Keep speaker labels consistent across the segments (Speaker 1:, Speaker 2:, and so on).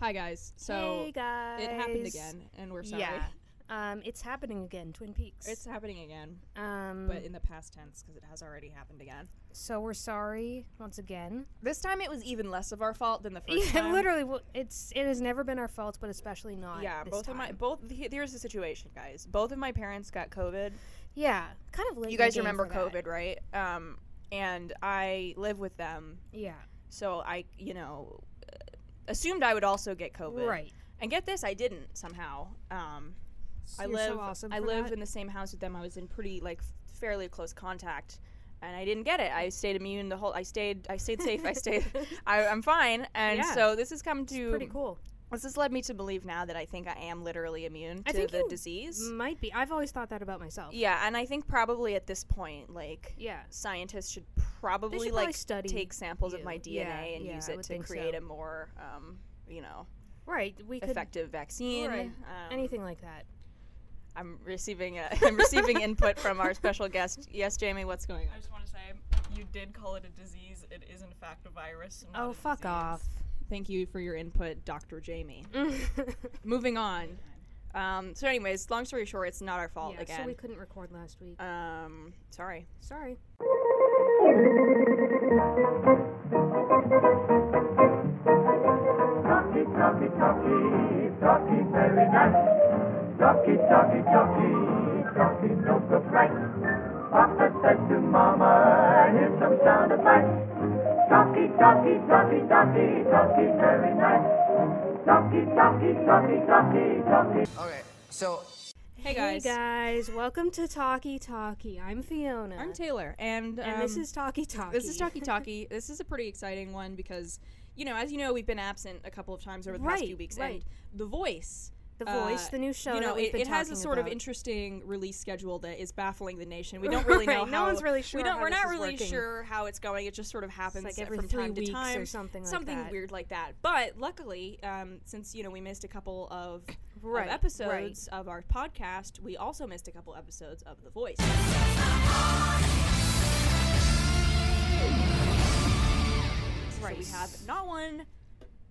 Speaker 1: Hi guys. So
Speaker 2: hey guys.
Speaker 1: it happened again, and we're sorry.
Speaker 2: Yeah. Um, it's happening again, Twin Peaks.
Speaker 1: It's happening again,
Speaker 2: um,
Speaker 1: but in the past tense because it has already happened again.
Speaker 2: so we're sorry once again.
Speaker 1: This time it was even less of our fault than the first
Speaker 2: Yeah,
Speaker 1: time.
Speaker 2: literally, well, it's it has never been our fault, but especially not.
Speaker 1: Yeah,
Speaker 2: this
Speaker 1: both of my
Speaker 2: time.
Speaker 1: both he- here's the situation, guys. Both of my parents got COVID.
Speaker 2: Yeah, kind of late.
Speaker 1: You
Speaker 2: in the
Speaker 1: guys
Speaker 2: game
Speaker 1: remember
Speaker 2: for that.
Speaker 1: COVID, right? Um and I live with them,
Speaker 2: Yeah.
Speaker 1: so I, you know, uh, assumed I would also get COVID.
Speaker 2: Right.
Speaker 1: And get this, I didn't somehow. Um I
Speaker 2: You're
Speaker 1: live
Speaker 2: So awesome
Speaker 1: I
Speaker 2: for
Speaker 1: live
Speaker 2: that.
Speaker 1: in the same house with them. I was in pretty like f- fairly close contact and I didn't get it. I stayed immune the whole I stayed I stayed safe. I stayed I, I'm fine. And
Speaker 2: Yeah.
Speaker 1: so this has come to
Speaker 2: Pretty cool.
Speaker 1: this has led me to believe now that I think I am literally immune
Speaker 2: I
Speaker 1: to
Speaker 2: think
Speaker 1: the
Speaker 2: you
Speaker 1: disease.
Speaker 2: Might be. I've always thought that about myself.
Speaker 1: Yeah, and I think probably at this point, like
Speaker 2: Yeah.
Speaker 1: scientists should
Speaker 2: They
Speaker 1: probably
Speaker 2: should probably
Speaker 1: like
Speaker 2: study
Speaker 1: take samples of
Speaker 2: you.
Speaker 1: my DNA
Speaker 2: Yeah,
Speaker 1: and
Speaker 2: yeah,
Speaker 1: use
Speaker 2: I
Speaker 1: it
Speaker 2: would
Speaker 1: to
Speaker 2: think so.
Speaker 1: create a more, um, you know,
Speaker 2: Right. We could
Speaker 1: effective vaccine.
Speaker 2: Right.
Speaker 1: Um,
Speaker 2: anything like that.
Speaker 1: I'm receiving a, I'm receiving input from our special guest. Yes, Jamie, what's going
Speaker 3: I
Speaker 1: on?
Speaker 3: just want to say you did call it a disease. It is in fact a virus. not
Speaker 2: Oh,
Speaker 3: a
Speaker 2: fuck
Speaker 3: disease.
Speaker 2: off.
Speaker 1: Thank you for your input, Dr. Jamie. Moving on. Um, so, anyways, long story short, it's not our fault
Speaker 2: Yeah,
Speaker 1: again.
Speaker 2: so we couldn't record last week.
Speaker 1: um, sorry.
Speaker 2: Sorry.
Speaker 4: Ducky, ducky, ducky, ducky, very nice. Ducky, ducky, ducky, ducky, so good, right. Papa said to Mama, here's some sound advice. Ducky, ducky, ducky, ducky, ducky, very nice. Ducky, ducky, ducky, ducky, ducky.
Speaker 5: Okay, so
Speaker 1: Hey, guys.
Speaker 2: Hey guys, welcome to Talkie Talkie. I'm Fiona.
Speaker 1: I'm Taylor, and
Speaker 2: and this
Speaker 1: um,
Speaker 2: is Talkie Talkie.
Speaker 1: This is Talkie Talkie. this is a pretty exciting one because, you know, as you know, we've been absent a couple of times over the past few
Speaker 2: Right,
Speaker 1: weeks,
Speaker 2: right.
Speaker 1: and The Voice.
Speaker 2: The
Speaker 1: uh,
Speaker 2: Voice, the new show
Speaker 1: You know,
Speaker 2: that we've
Speaker 1: it,
Speaker 2: been
Speaker 1: it has a
Speaker 2: talking
Speaker 1: sort of
Speaker 2: about.
Speaker 1: interesting release schedule that is baffling the nation. We don't really know.
Speaker 2: Right, no
Speaker 1: how-
Speaker 2: one's really
Speaker 1: We
Speaker 2: sure
Speaker 1: don't.
Speaker 2: how
Speaker 1: we're
Speaker 2: this
Speaker 1: not
Speaker 2: is
Speaker 1: really
Speaker 2: working.
Speaker 1: sure how it's going. It just sort of happens
Speaker 2: like
Speaker 1: uh,
Speaker 2: every
Speaker 1: from
Speaker 2: three
Speaker 1: time
Speaker 2: weeks
Speaker 1: to
Speaker 2: or
Speaker 1: time,
Speaker 2: something like
Speaker 1: something
Speaker 2: that.
Speaker 1: weird like that. But luckily, um, since you know we missed a couple of, of
Speaker 2: Right, right.
Speaker 1: episodes of our podcast, we also missed a couple episodes of The Voice. Right. we have not one,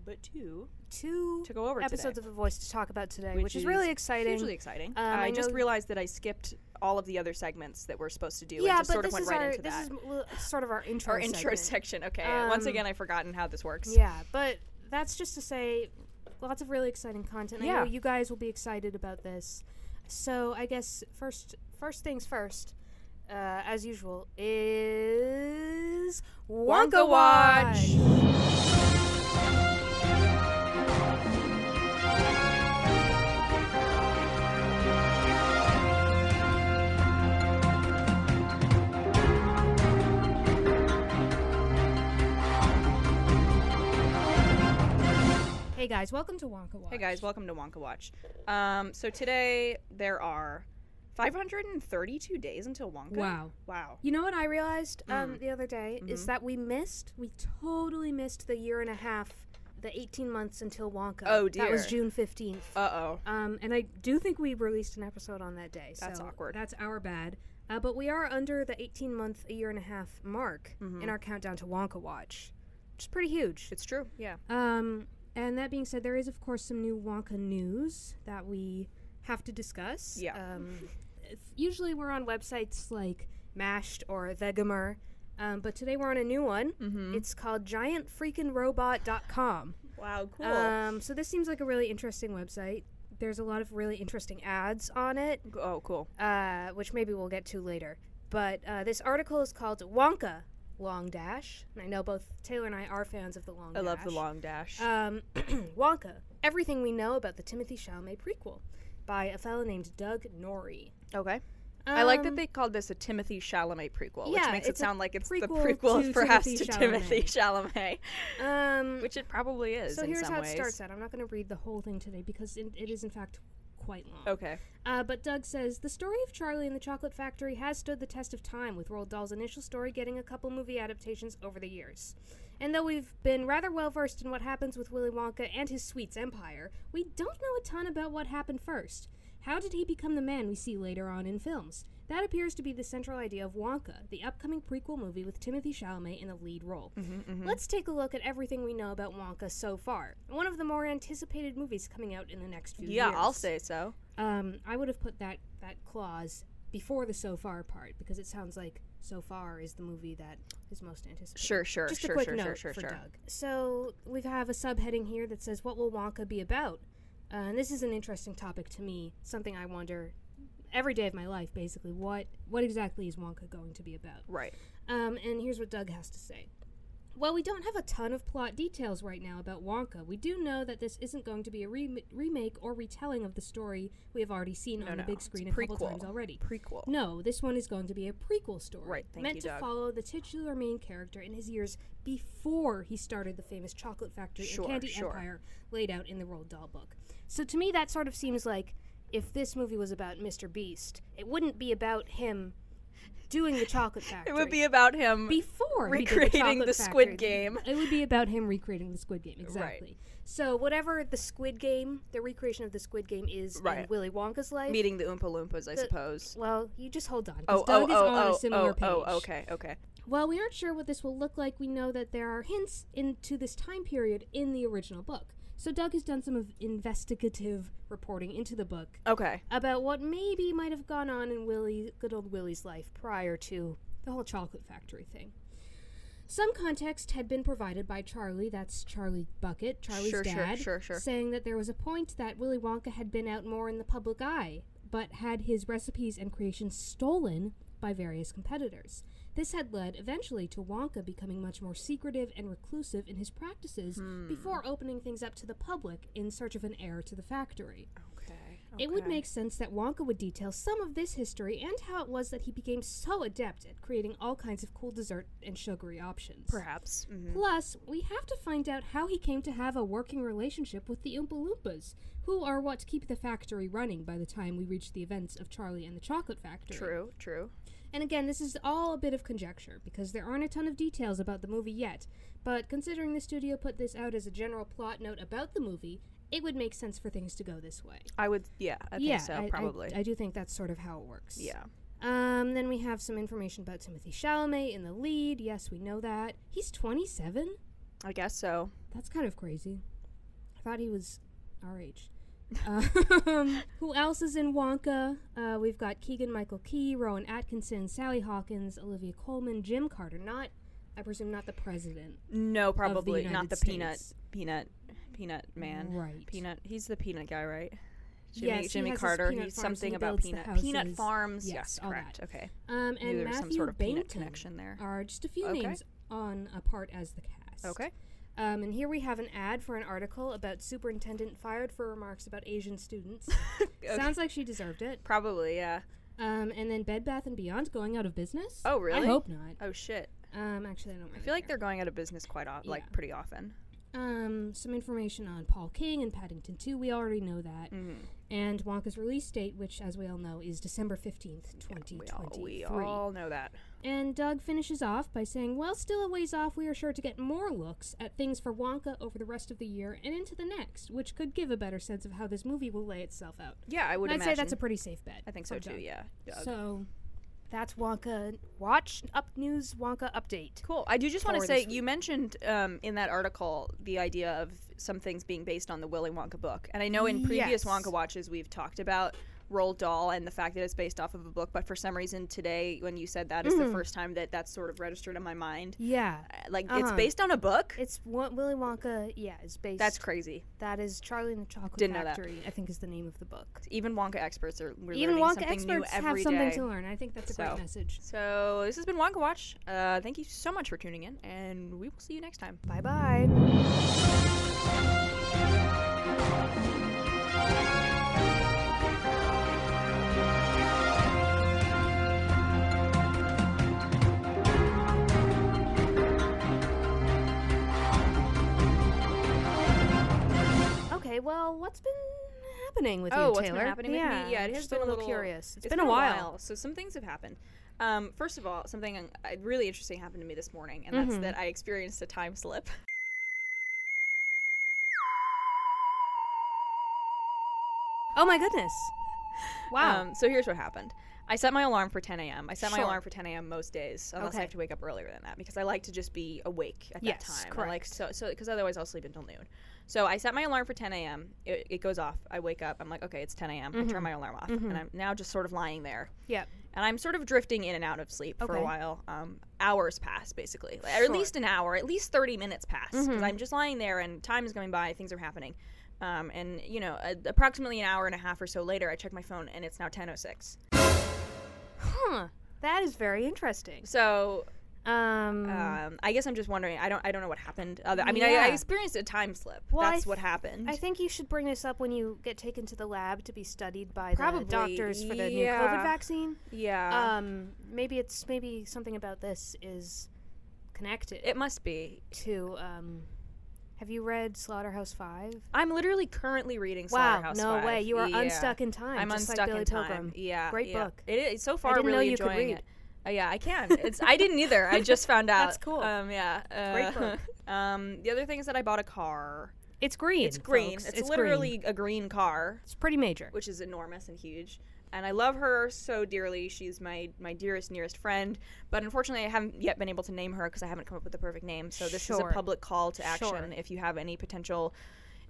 Speaker 1: but two,
Speaker 2: two
Speaker 1: to go over
Speaker 2: episodes
Speaker 1: today,
Speaker 2: of The Voice to talk about today, which, is, really exciting.
Speaker 1: Hugely exciting.
Speaker 2: Um,
Speaker 1: I,
Speaker 2: I
Speaker 1: just
Speaker 2: know-
Speaker 1: realized that I skipped all of the other segments that we're supposed to do.
Speaker 2: yeah,
Speaker 1: and just
Speaker 2: but
Speaker 1: sort of
Speaker 2: this
Speaker 1: went
Speaker 2: is
Speaker 1: right
Speaker 2: our
Speaker 1: into
Speaker 2: this
Speaker 1: that.
Speaker 2: is l- sort of our intro
Speaker 1: our intro
Speaker 2: segment.
Speaker 1: section. Okay. uh, Once
Speaker 2: Um,
Speaker 1: again, I've forgotten how this works.
Speaker 2: Yeah, but that's just to say, lots of really exciting content. I
Speaker 1: Yeah.
Speaker 2: know you guys will be excited about this. So I guess first, first things first, uh, as usual, is
Speaker 1: Wonka
Speaker 2: Wonka
Speaker 1: Watch.
Speaker 2: Hey guys, welcome to Wonka Watch.
Speaker 1: Hey guys, welcome to Wonka Watch. Um, so today there are 532 days until Wonka.
Speaker 2: Wow.
Speaker 1: Wow.
Speaker 2: You know what I realized um,
Speaker 1: Mm.
Speaker 2: the other day is
Speaker 1: Mm-hmm.
Speaker 2: that we missed, we totally missed the year and a half, the 18 months until Wonka.
Speaker 1: Oh,
Speaker 2: That was
Speaker 1: dear.
Speaker 2: June 15th.
Speaker 1: Uh oh.
Speaker 2: Um, and I do think we released an episode on that day. So
Speaker 1: That's awkward.
Speaker 2: That's our bad. Uh, but we are under the 18 month, a year and a half mark
Speaker 1: Mm-hmm.
Speaker 2: in our countdown to Wonka Watch, which is pretty huge.
Speaker 1: It's true. Yeah.
Speaker 2: Um, and that being said, there is, of course, some new Wonka news that we have to discuss.
Speaker 1: Yeah.
Speaker 2: Um, if- usually we're on websites like Mashed or Vegamer. Um, but today we're on a new one.
Speaker 1: Mm-hmm.
Speaker 2: It's called giantfreakingrobot.com.
Speaker 1: Wow. Cool.
Speaker 2: Um, so this seems like a really interesting website. There's a lot of really interesting ads on it,
Speaker 1: oh, cool.
Speaker 2: uh, which maybe we'll get to later. But uh, this article is called Wonka Long Dash, and I know both Taylor and I are fans of the Long
Speaker 1: I
Speaker 2: Dash.
Speaker 1: love the long dash.
Speaker 2: Um, Wonka: Everything We Know About the Timothy Chalamet Prequel, by a fellow named Doug Norrie.
Speaker 1: okay. I like
Speaker 2: Um,
Speaker 1: that they called this a Timothy Chalamet prequel,
Speaker 2: yeah,
Speaker 1: which makes it
Speaker 2: it's a
Speaker 1: sound like it's the
Speaker 2: prequel
Speaker 1: prequel,
Speaker 2: to
Speaker 1: perhaps, to
Speaker 2: Timothy Chalamet.
Speaker 1: Timothy Chalamet,
Speaker 2: Um,
Speaker 1: which it probably is.
Speaker 2: so
Speaker 1: in
Speaker 2: here's
Speaker 1: some
Speaker 2: how
Speaker 1: ways.
Speaker 2: it starts out. I'm not going to read the whole thing today because it, it is in fact quite long.
Speaker 1: Okay.
Speaker 2: Uh, but Doug says the story of Charlie and the Chocolate Factory has stood the test of time, with Roald Dahl's initial story getting a couple movie adaptations over the years. And though we've been rather well versed in what happens with Willy Wonka and his sweets empire, we don't know a ton about what happened first. How did he become the man we see later on in films? That appears to be the central idea of Wonka, the upcoming prequel movie with Timothy Chalamet in the lead role.
Speaker 1: Mm-hmm,
Speaker 2: Let's take a look at everything we know about Wonka so far. One of the more anticipated movies coming out in the next few
Speaker 1: Yeah,
Speaker 2: years.
Speaker 1: I'll say so.
Speaker 2: Um, I would have put that that clause before the so far part because it sounds like so far is the movie that is most anticipated.
Speaker 1: Sure, sure,
Speaker 2: Just
Speaker 1: sure,
Speaker 2: a quick
Speaker 1: sure,
Speaker 2: note
Speaker 1: sure, sure,
Speaker 2: for
Speaker 1: sure.
Speaker 2: Doug. So we have a subheading here that says, "What will Wonka be about?" Uh, and this is an interesting topic to me. Something I wonder every day of my life, basically. What what exactly is Wonka going to be about?
Speaker 1: Right.
Speaker 2: Um, and here's what Doug has to say. While we don't have a ton of plot details right now about Wonka, we do know that this isn't going to be a rem remake or retelling of the story we have already seen on the big
Speaker 1: it's
Speaker 2: screen a couple
Speaker 1: prequel.
Speaker 2: times already.
Speaker 1: Prequel.
Speaker 2: No, this one is going to be a prequel story.
Speaker 1: Right, thank
Speaker 2: meant
Speaker 1: you,
Speaker 2: to
Speaker 1: Doug.
Speaker 2: follow the titular main character in his years before he started the famous chocolate factory
Speaker 1: Sure,
Speaker 2: and candy
Speaker 1: sure.
Speaker 2: empire laid out in the Roald Dahl book. So to me, that sort of seems like if this movie was about Mr. Beast, it wouldn't be about him doing the chocolate factory
Speaker 1: It would be about him.
Speaker 2: before he did
Speaker 1: recreating
Speaker 2: Chocolate
Speaker 1: the Squid
Speaker 2: Factory.
Speaker 1: Game.
Speaker 2: It would be about him recreating the Squid Game, exactly. So whatever the Squid Game, the recreation of the Squid Game is in
Speaker 1: Right.
Speaker 2: Willy Wonka's life.
Speaker 1: meeting the Oompa Loompas, I suppose.
Speaker 2: well, you just hold on. 'cause
Speaker 1: Oh,
Speaker 2: Doug
Speaker 1: oh,
Speaker 2: is
Speaker 1: oh,
Speaker 2: on a
Speaker 1: oh,
Speaker 2: similar
Speaker 1: oh,
Speaker 2: page.
Speaker 1: oh, okay, okay.
Speaker 2: While we aren't sure what this will look like, we know that there are hints into this time period in the original book. So Doug has done some of investigative reporting into the book
Speaker 1: Okay.
Speaker 2: about what maybe might have gone on in Willie, good old Willie's life prior to the whole chocolate factory thing. Some context had been provided by Charlie, that's Charlie Bucket, Charlie's
Speaker 1: Sure, sure,
Speaker 2: dad,
Speaker 1: sure, sure.
Speaker 2: saying that there was a point that Willy Wonka had been out more in the public eye, but had his recipes and creations stolen by various competitors. This had led eventually to Wonka becoming much more secretive and reclusive in his practices
Speaker 1: Hmm.
Speaker 2: before opening things up to the public in search of an heir to the factory.
Speaker 1: Okay.
Speaker 2: It would make sense that Wonka would detail some of this history and how it was that he became so adept at creating all kinds of cool dessert and sugary options.
Speaker 1: Perhaps. Mhm.
Speaker 2: Plus, we have to find out how he came to have a working relationship with the Oompa Loompas, who are what keep the factory running by the time we reach the events of Charlie and the Chocolate Factory.
Speaker 1: True, true.
Speaker 2: And again, this is all a bit of conjecture because there aren't a ton of details about the movie yet, but considering the studio put this out as a general plot note about the movie, it would make sense for things to go this way.
Speaker 1: I would, yeah, I
Speaker 2: yeah,
Speaker 1: think so,
Speaker 2: I- I-
Speaker 1: probably.
Speaker 2: I, do think that's sort of how it works.
Speaker 1: yeah.
Speaker 2: Um, then we have some information about Timothy Chalamet in the lead. Yes, we know that. He's 27?
Speaker 1: I guess so.
Speaker 2: That's kind of crazy. I thought he was our age. um, who else is in Wonka? Uh, we've got Keegan Michael Key, Rowan Atkinson, Sally Hawkins, Olivia Coleman, Jim Carter. Not, I presume, not the president.
Speaker 1: No, probably not
Speaker 2: United
Speaker 1: the peanut,
Speaker 2: States.
Speaker 1: peanut, peanut man.
Speaker 2: Right.
Speaker 1: Peanut. He's the peanut guy, right? Jimmy,
Speaker 2: Yes, he
Speaker 1: Jimmy
Speaker 2: has his
Speaker 1: Carter.
Speaker 2: peanut
Speaker 1: He's
Speaker 2: farms and
Speaker 1: something
Speaker 2: he
Speaker 1: about
Speaker 2: builds the
Speaker 1: peanut peanut
Speaker 2: houses.
Speaker 1: farms.
Speaker 2: Yes,
Speaker 1: Yes,
Speaker 2: all
Speaker 1: correct.
Speaker 2: that.
Speaker 1: Okay.
Speaker 2: Um, and
Speaker 1: Knew there was
Speaker 2: Matthew
Speaker 1: some sort of peanut
Speaker 2: Bainton
Speaker 1: connection there.
Speaker 2: Are just a few
Speaker 1: Okay.
Speaker 2: names on a part as the cast.
Speaker 1: Okay.
Speaker 2: Um, and here we have an ad for an article about superintendent fired for remarks about Asian students.
Speaker 1: Okay.
Speaker 2: Sounds like she deserved it.
Speaker 1: Probably, yeah.
Speaker 2: Um, and then Bed Bath and Beyond going out of business.
Speaker 1: Oh, really?
Speaker 2: I hope not.
Speaker 1: Oh shit.
Speaker 2: Um, actually, I don't. Really
Speaker 1: I feel like
Speaker 2: care.
Speaker 1: they're going out of business quite often,
Speaker 2: Yeah.
Speaker 1: like pretty often.
Speaker 2: um some information on Paul King and Paddington Two. We already know that,
Speaker 1: Mm-hmm.
Speaker 2: and Wonka's release date, which, as we all know, is December fifteenth, twenty
Speaker 1: We all,
Speaker 2: twenty
Speaker 1: we
Speaker 2: three.
Speaker 1: all know that.
Speaker 2: And Doug finishes off by saying, "Well, still a ways off. We are sure to get more looks at things for Wonka over the rest of the year and into the next, which could give a better sense of how this movie will lay itself out."
Speaker 1: Yeah, I would
Speaker 2: And I'd
Speaker 1: imagine.
Speaker 2: say that's a pretty safe bet.
Speaker 1: I think so
Speaker 2: from
Speaker 1: too.
Speaker 2: Doug.
Speaker 1: Yeah. Doug.
Speaker 2: So that's Wonka. Watch up news Wonka update.
Speaker 1: Cool. I do just want to
Speaker 2: for
Speaker 1: say
Speaker 2: this
Speaker 1: you mentioned um, in that article the idea of some things being based on the Willy Wonka book, and I know in previous
Speaker 2: Yes.
Speaker 1: Wonka watches we've talked about Roald Dahl and the fact that it's based off of a book. But for some reason today, when you said that, is
Speaker 2: Mm.
Speaker 1: the first time that that's sort of registered in my mind.
Speaker 2: Yeah,
Speaker 1: Uh, Like it's
Speaker 2: Uh-huh.
Speaker 1: based on a book.
Speaker 2: it's Wa- Willy Wonka. Yeah, is based.
Speaker 1: that's crazy.
Speaker 2: that is Charlie and the Chocolate
Speaker 1: Didn't know that.
Speaker 2: Factory. I think is the name of the book.
Speaker 1: Even Wonka experts are we're
Speaker 2: Even
Speaker 1: learning
Speaker 2: Wonka
Speaker 1: something new
Speaker 2: experts have
Speaker 1: every
Speaker 2: something
Speaker 1: day.
Speaker 2: to learn. I think that's a
Speaker 1: So.
Speaker 2: great message.
Speaker 1: So this has been Wonka Watch. Uh, thank you so much for tuning in, and we will see you next time.
Speaker 2: Bye bye. Okay, well, what's been happening with
Speaker 1: oh,
Speaker 2: you,
Speaker 1: what's
Speaker 2: Taylor?
Speaker 1: been happening
Speaker 2: yeah,
Speaker 1: with me? Yeah, it has
Speaker 2: just
Speaker 1: been
Speaker 2: a little,
Speaker 1: little
Speaker 2: curious.
Speaker 1: it's been, a while. So some things have happened. Um, first of all, something uh, really interesting happened to me this morning, and that's
Speaker 2: Mm-hmm.
Speaker 1: that I experienced a time slip.
Speaker 2: Oh my goodness. Wow.
Speaker 1: Um, so here's what happened. I set my alarm for 10 a.m. I set my
Speaker 2: Sure.
Speaker 1: alarm for 10 a.m. most days, unless
Speaker 2: Okay.
Speaker 1: I have to wake up earlier than that, because I like to just be awake at
Speaker 2: Yes,
Speaker 1: that time. I like
Speaker 2: correct.
Speaker 1: so so because otherwise I'll sleep until noon. So I set my alarm for 10 a.m. It, it goes off. I wake up. I'm like, okay, it's 10 a.m.
Speaker 2: Mm-hmm.
Speaker 1: I turn my alarm off, and I'm now just sort of lying there
Speaker 2: yep.
Speaker 1: and I'm sort of drifting in and out of sleep for
Speaker 2: Okay.
Speaker 1: a while. Um, hours pass basically, Like, or at
Speaker 2: Sure. Mm-hmm.
Speaker 1: least an hour, at least thirty minutes pass because I'm just lying there and time is going by, things are happening, um, and you know, a, approximately an hour and a half or so later, I check my phone and it's now ten oh six.
Speaker 2: Huh. That is very interesting.
Speaker 1: So
Speaker 2: Um.
Speaker 1: um, I guess I'm just wondering. I don't. I don't know what happened. Other, I mean, I,
Speaker 2: Yeah.
Speaker 1: I experienced a time slip.
Speaker 2: Well, I
Speaker 1: That's
Speaker 2: th-
Speaker 1: what happened.
Speaker 2: I think you should bring this up when you get taken to the lab to be studied by
Speaker 1: Probably,
Speaker 2: the doctors for the new COVID
Speaker 1: yeah. Uh.
Speaker 2: vaccine.
Speaker 1: yeah.
Speaker 2: Um, maybe it's maybe something about this is connected
Speaker 1: it must be.
Speaker 2: to. Um, have you read Slaughterhouse Five?
Speaker 1: I'm literally currently reading
Speaker 2: Wow,
Speaker 1: Slaughterhouse
Speaker 2: no way! You are
Speaker 1: Yeah.
Speaker 2: unstuck in time.
Speaker 1: I'm
Speaker 2: just
Speaker 1: unstuck
Speaker 2: like Billy
Speaker 1: in time.
Speaker 2: Pilgrim.
Speaker 1: Yeah,
Speaker 2: Great
Speaker 1: yeah.
Speaker 2: book.
Speaker 1: It is so far.
Speaker 2: didn't know
Speaker 1: really
Speaker 2: you could
Speaker 1: enjoying
Speaker 2: read.
Speaker 1: it. Uh, yeah, I can. It's I didn't either. I just found out.
Speaker 2: That's cool.
Speaker 1: Um, yeah, uh,
Speaker 2: Great book.
Speaker 1: Um, the other thing is that I bought a car.
Speaker 2: It's green.
Speaker 1: It's green.
Speaker 2: folks.
Speaker 1: It's,
Speaker 2: It's green.
Speaker 1: literally a green car,
Speaker 2: It's pretty major.
Speaker 1: which is enormous and huge. And I love her so dearly. She's my my dearest nearest friend. But unfortunately, I haven't yet been able to name her because I haven't come up with the perfect name. So this is a
Speaker 2: Sure.
Speaker 1: public call to action.
Speaker 2: Sure.
Speaker 1: If you have any potential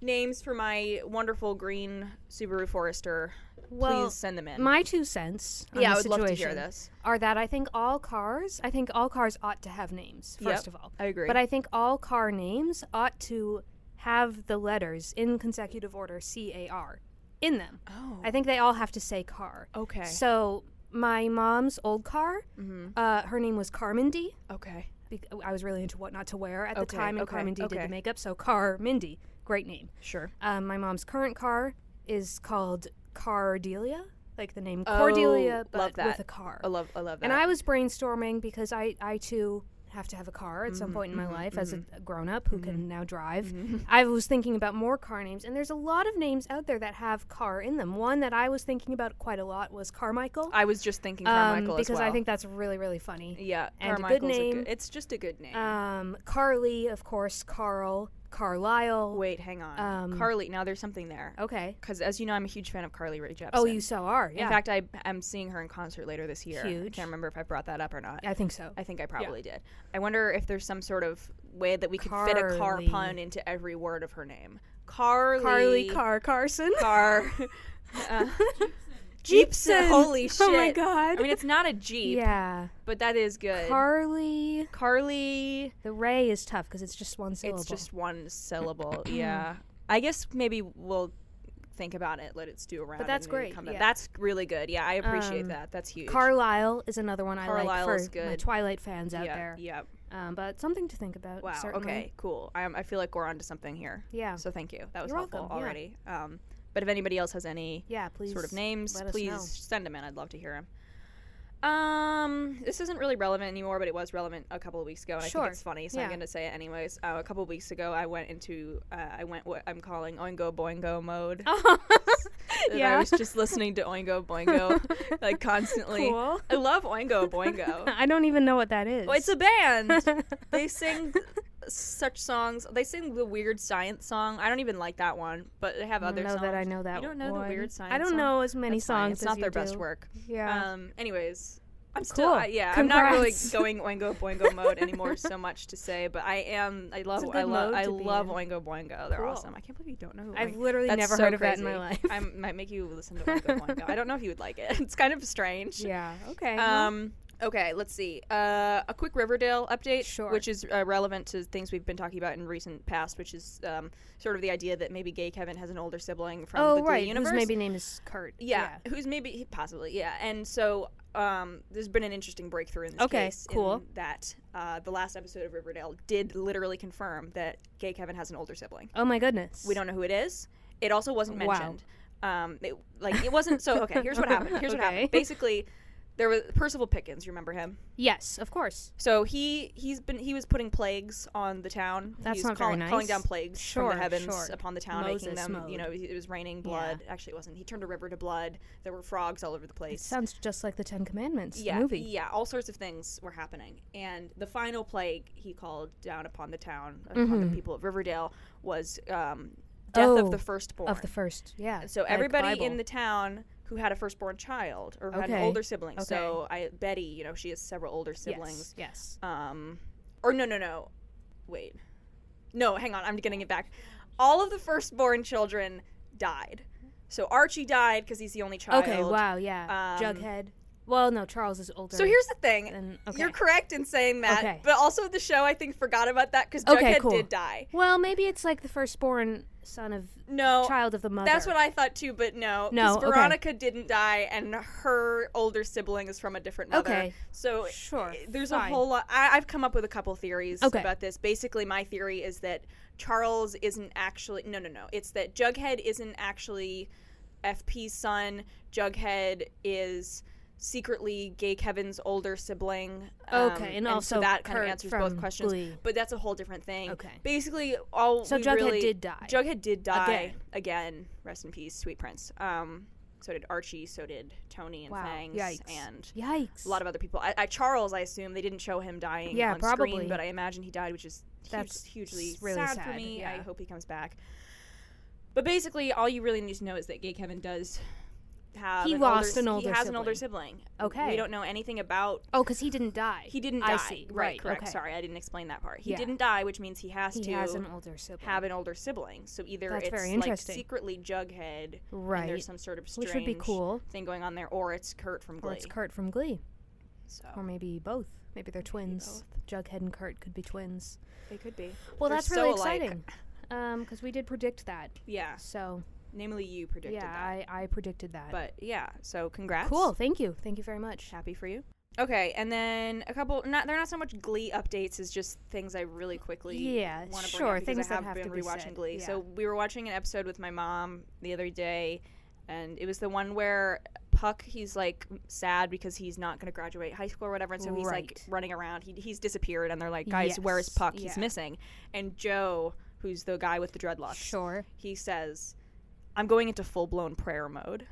Speaker 1: names for my wonderful green Subaru Forester,
Speaker 2: Well,
Speaker 1: please send them in.
Speaker 2: My two cents. on
Speaker 1: yeah, I
Speaker 2: the
Speaker 1: would love to hear
Speaker 2: situation
Speaker 1: this.
Speaker 2: Are that I think all cars? I think all cars ought to have names. First
Speaker 1: Yep,
Speaker 2: of all,
Speaker 1: I agree.
Speaker 2: But I think all car names ought to have the letters in consecutive order C A R in them.
Speaker 1: Oh,
Speaker 2: I think they all have to say car.
Speaker 1: okay,
Speaker 2: So my mom's old car,
Speaker 1: Mm-hmm.
Speaker 2: uh, her name was Carmindy.
Speaker 1: okay,
Speaker 2: bec- I was really into what not to wear at the
Speaker 1: Okay,
Speaker 2: time, and
Speaker 1: okay,
Speaker 2: Carmindy did
Speaker 1: okay.
Speaker 2: the makeup. So Carmindy, great name.
Speaker 1: sure.
Speaker 2: Um, my mom's current car is called Cardelia, like the name Cordelia,
Speaker 1: Oh,
Speaker 2: but
Speaker 1: love
Speaker 2: with
Speaker 1: that.
Speaker 2: a car.
Speaker 1: I love, I love that.
Speaker 2: And I was brainstorming because I, I too have to have a car at
Speaker 1: Mm-hmm,
Speaker 2: some point in my life as a grown up who can now drive. I was thinking about more car names, and there's a lot of names out there that have car in them. One that I was thinking about quite a lot was Carmichael,
Speaker 1: I was just thinking
Speaker 2: um,
Speaker 1: Carmichael
Speaker 2: because
Speaker 1: as well.
Speaker 2: I think that's really, really funny.
Speaker 1: yeah,
Speaker 2: and a good
Speaker 1: Carmichael's a
Speaker 2: name.
Speaker 1: good, it's just a good name.
Speaker 2: Um, Carly, of course, Carl, Carlisle.
Speaker 1: Wait, hang on,
Speaker 2: um,
Speaker 1: Carly. Now there's something there
Speaker 2: Okay.
Speaker 1: because, as you know, I'm a huge fan of Carly Rae Jepsen.
Speaker 2: Oh, you so are. Yeah.
Speaker 1: In fact, I am seeing her in concert later this year. I
Speaker 2: Huge.
Speaker 1: can't remember if I brought that up or not.
Speaker 2: I think so.
Speaker 1: I think I probably did. I wonder if there's some sort of way that we could fit a car
Speaker 2: Carly.
Speaker 1: pun into every word of her name. Carly.
Speaker 2: Carly Car Carson.
Speaker 1: car. uh,
Speaker 2: Jeepson.
Speaker 1: Jeepson. Holy shit.
Speaker 2: Oh my god.
Speaker 1: I mean, it's not a Jeep,
Speaker 2: yeah.
Speaker 1: but that is good.
Speaker 2: Carly.
Speaker 1: Carly.
Speaker 2: The Ray is tough because it's just one syllable.
Speaker 1: It's just one syllable. yeah. I guess maybe we'll think about it, let it stew around.
Speaker 2: that's
Speaker 1: and maybe
Speaker 2: great,
Speaker 1: come back.
Speaker 2: yeah.
Speaker 1: That's really good. Yeah, I appreciate
Speaker 2: Um,
Speaker 1: that. That's huge.
Speaker 2: Carlisle is another one I like
Speaker 1: Carlisle
Speaker 2: for
Speaker 1: is
Speaker 2: my
Speaker 1: good.
Speaker 2: Twilight fans out
Speaker 1: yeah,
Speaker 2: there.
Speaker 1: Yeah.
Speaker 2: Um, but something to think about.
Speaker 1: Wow.
Speaker 2: certainly.
Speaker 1: Okay. Cool. I, I feel like we're onto something here.
Speaker 2: Yeah.
Speaker 1: So thank you. That was
Speaker 2: You're
Speaker 1: helpful
Speaker 2: welcome, yeah.
Speaker 1: already. Um, but if anybody else has any
Speaker 2: yeah. Please.
Speaker 1: sort of names,
Speaker 2: let us
Speaker 1: please
Speaker 2: know.
Speaker 1: send them in. I'd love to hear them. Um, this isn't really relevant anymore, but it was relevant a couple of weeks ago, and I
Speaker 2: Sure.
Speaker 1: think it's funny, so
Speaker 2: Yeah.
Speaker 1: I'm going to say it anyways. Uh, a couple of weeks ago, I went into uh, I went what I'm calling Oingo Boingo mode. And
Speaker 2: Oh, yeah.
Speaker 1: I was just listening to Oingo Boingo like constantly.
Speaker 2: Cool.
Speaker 1: I love Oingo Boingo.
Speaker 2: I don't even know what that is.
Speaker 1: well, it's a band. they sing such songs. They sing the weird science song. I don't even like that one, but they have
Speaker 2: I
Speaker 1: other
Speaker 2: don't know
Speaker 1: songs.
Speaker 2: that I know that.
Speaker 1: You don't know
Speaker 2: one.
Speaker 1: the weird science.
Speaker 2: I don't
Speaker 1: song?
Speaker 2: know as many
Speaker 1: That's fine.
Speaker 2: songs.
Speaker 1: It's
Speaker 2: as
Speaker 1: not
Speaker 2: you
Speaker 1: their best
Speaker 2: do.
Speaker 1: work.
Speaker 2: Yeah.
Speaker 1: Um. Anyways, I'm still.
Speaker 2: Cool.
Speaker 1: I- yeah, I'm not really
Speaker 2: Congrats.
Speaker 1: going oingo boingo mode anymore so much to say, but I am. I love.
Speaker 2: It's a
Speaker 1: I
Speaker 2: good
Speaker 1: love.
Speaker 2: mode
Speaker 1: I
Speaker 2: to be
Speaker 1: love
Speaker 2: in.
Speaker 1: oingo boingo. They're
Speaker 2: Cool.
Speaker 1: awesome. I can't believe you don't know. who
Speaker 2: I've
Speaker 1: Oingo-
Speaker 2: literally
Speaker 1: That's
Speaker 2: never
Speaker 1: so
Speaker 2: heard of that in my
Speaker 1: crazy.
Speaker 2: life.
Speaker 1: I might make you listen to oingo boingo. I don't know if you would like it. It's kind of strange.
Speaker 2: yeah. Okay. well,
Speaker 1: Um. Okay, let's see. Uh, a quick Riverdale update,
Speaker 2: Sure.
Speaker 1: which is uh, relevant to things we've been talking about in recent past, which is um, sort of the idea that maybe gay Kevin has an older sibling from
Speaker 2: oh
Speaker 1: the Glee
Speaker 2: right.
Speaker 1: universe
Speaker 2: Whose maybe name is Kurt.
Speaker 1: yeah, who's maybe possibly yeah and so um, there's been an interesting breakthrough in this
Speaker 2: Okay,
Speaker 1: case in
Speaker 2: cool.
Speaker 1: that uh, the last episode of riverdale did literally confirm that gay kevin has an older sibling
Speaker 2: Oh my goodness.
Speaker 1: we don't know who it is it also wasn't
Speaker 2: Wow.
Speaker 1: mentioned um, it, like it wasn't so okay here's what happened here's what
Speaker 2: Okay.
Speaker 1: happened basically there was percival pickens you remember him
Speaker 2: Yes, of course.
Speaker 1: so he he's been he was putting plagues on the town.
Speaker 2: That's
Speaker 1: he was
Speaker 2: not very
Speaker 1: calling- Calling
Speaker 2: nice.
Speaker 1: down plagues
Speaker 2: Sure,
Speaker 1: from the heavens
Speaker 2: sure.
Speaker 1: upon the town, making
Speaker 2: Moses
Speaker 1: them
Speaker 2: mode.
Speaker 1: you know it was raining blood. Actually, it wasn't. He turned a river to blood. There were frogs all over the place.
Speaker 2: Sounds just like the Ten Commandments
Speaker 1: yeah,
Speaker 2: the movie.
Speaker 1: yeah, all sorts of things were happening, and the final plague he called down upon the town, upon
Speaker 2: Mm-hmm.
Speaker 1: the people of Riverdale, was um, death
Speaker 2: Oh,
Speaker 1: of the firstborn.
Speaker 2: of the first. Yeah.
Speaker 1: so
Speaker 2: like
Speaker 1: everybody
Speaker 2: Bible.
Speaker 1: in the town who had a firstborn child or who had an
Speaker 2: Okay.
Speaker 1: older sibling. So I Betty, you know, she has several older siblings.
Speaker 6: Yes.
Speaker 1: Um, or no, no, no. Wait, no, hang on. I'm getting it back. All of the firstborn children died. So Archie died because he's the only child.
Speaker 2: Okay. Wow. Yeah.
Speaker 1: Um,
Speaker 2: Jughead.
Speaker 6: Well, no, Charles is older.
Speaker 1: So here's the thing.
Speaker 2: And okay.
Speaker 1: You're correct in saying that,
Speaker 2: Okay.
Speaker 1: but also the show I think forgot about that because
Speaker 2: Okay,
Speaker 1: Jughead
Speaker 2: cool.
Speaker 1: did die.
Speaker 6: Well, maybe it's like the firstborn son of
Speaker 1: No,
Speaker 6: child of the mother.
Speaker 1: Oh, that's what I thought too, but no,
Speaker 2: No, okay.
Speaker 1: Veronica didn't die, and her older sibling is from a different mother.
Speaker 2: Okay.
Speaker 1: so
Speaker 6: Sure.
Speaker 1: i- there's
Speaker 6: fine.
Speaker 1: a whole lot. I, I've come up with a couple theories
Speaker 2: Okay.
Speaker 1: about this. Basically, my theory is that Charles isn't actually no, no, no. It's that Jughead isn't actually FP's son. Jughead is secretly gay Kevin's older sibling. um,
Speaker 2: Okay, and
Speaker 1: so
Speaker 2: also
Speaker 1: that kind
Speaker 2: Kurt
Speaker 1: of answers
Speaker 2: from
Speaker 1: both questions.
Speaker 2: Glee.
Speaker 1: But that's a whole different thing.
Speaker 2: Okay.
Speaker 1: Basically, all
Speaker 2: So
Speaker 1: we
Speaker 2: Jughead
Speaker 1: really-
Speaker 2: did die.
Speaker 1: Jughead did die again. Rest in peace, sweet prince. Um, so did Archie. So did Tony and
Speaker 2: Wow.
Speaker 1: Fangs
Speaker 2: Yikes.
Speaker 1: and
Speaker 2: Yikes.
Speaker 1: a lot of other people. I, I Charles, I assume they didn't show him dying
Speaker 2: Yeah,
Speaker 1: on
Speaker 2: probably.
Speaker 1: screen, but I imagine he died, which is huge,
Speaker 2: That's
Speaker 1: hugely
Speaker 2: really
Speaker 1: sad, for
Speaker 2: sad,
Speaker 1: me. I
Speaker 2: yeah.
Speaker 1: hope he comes back. But basically, all you really need to know is that Gay Kevin does have
Speaker 2: He
Speaker 1: an
Speaker 2: lost
Speaker 1: older,
Speaker 2: an
Speaker 1: s-
Speaker 2: older
Speaker 1: he has an older sibling.
Speaker 2: Okay.
Speaker 1: we don't know anything about.
Speaker 2: Oh, because he didn't die.
Speaker 1: He didn't die.
Speaker 2: I see. Right,
Speaker 1: correct.
Speaker 2: okay.
Speaker 1: Sorry, I didn't explain that part. He
Speaker 2: Yeah.
Speaker 1: didn't die, which means he has
Speaker 2: He
Speaker 1: to
Speaker 2: has an older sibling.
Speaker 1: have an older sibling. So either
Speaker 2: That's
Speaker 1: it's
Speaker 2: very
Speaker 1: like
Speaker 2: interesting.
Speaker 1: secretly Jughead, and
Speaker 2: Right.
Speaker 1: there's some sort of strange
Speaker 2: Which would be cool.
Speaker 1: thing going on there, or it's Kurt from Glee.
Speaker 2: Or it's Kurt from Glee,
Speaker 1: So
Speaker 2: or maybe both. Maybe they're twins. Jughead and Kurt could be twins.
Speaker 1: they could be.
Speaker 2: Well,
Speaker 1: They're
Speaker 2: that's really
Speaker 1: so alike.
Speaker 2: exciting. Um, because we did predict that.
Speaker 1: Yeah,
Speaker 2: So
Speaker 1: namely you predicted
Speaker 2: yeah,
Speaker 1: that.
Speaker 2: I I predicted that.
Speaker 1: But yeah, so congrats.
Speaker 2: cool. Thank you. Thank you very much.
Speaker 1: Happy for you. Okay, and then a couple. Not they're not so much Glee updates as just things I really quickly
Speaker 2: Yeah,
Speaker 1: want to
Speaker 2: sure,
Speaker 1: bring up because
Speaker 2: things
Speaker 1: I
Speaker 2: that
Speaker 1: have,
Speaker 2: have
Speaker 1: been
Speaker 2: to be
Speaker 1: rewatching
Speaker 2: said,
Speaker 1: Glee. So
Speaker 2: yeah.
Speaker 1: we were watching an episode with my mom the other day, and it was the one where Puck he's like sad because he's not going to graduate high school or whatever, and so he's like
Speaker 2: Right.
Speaker 1: running around. He, he's disappeared, and they're like, guys, where is
Speaker 2: Yes,
Speaker 1: Puck? He's
Speaker 2: yeah.
Speaker 1: missing. And Joe, who's the guy with the dreadlocks,
Speaker 2: Sure.
Speaker 1: he says, "I'm going into full blown prayer mode."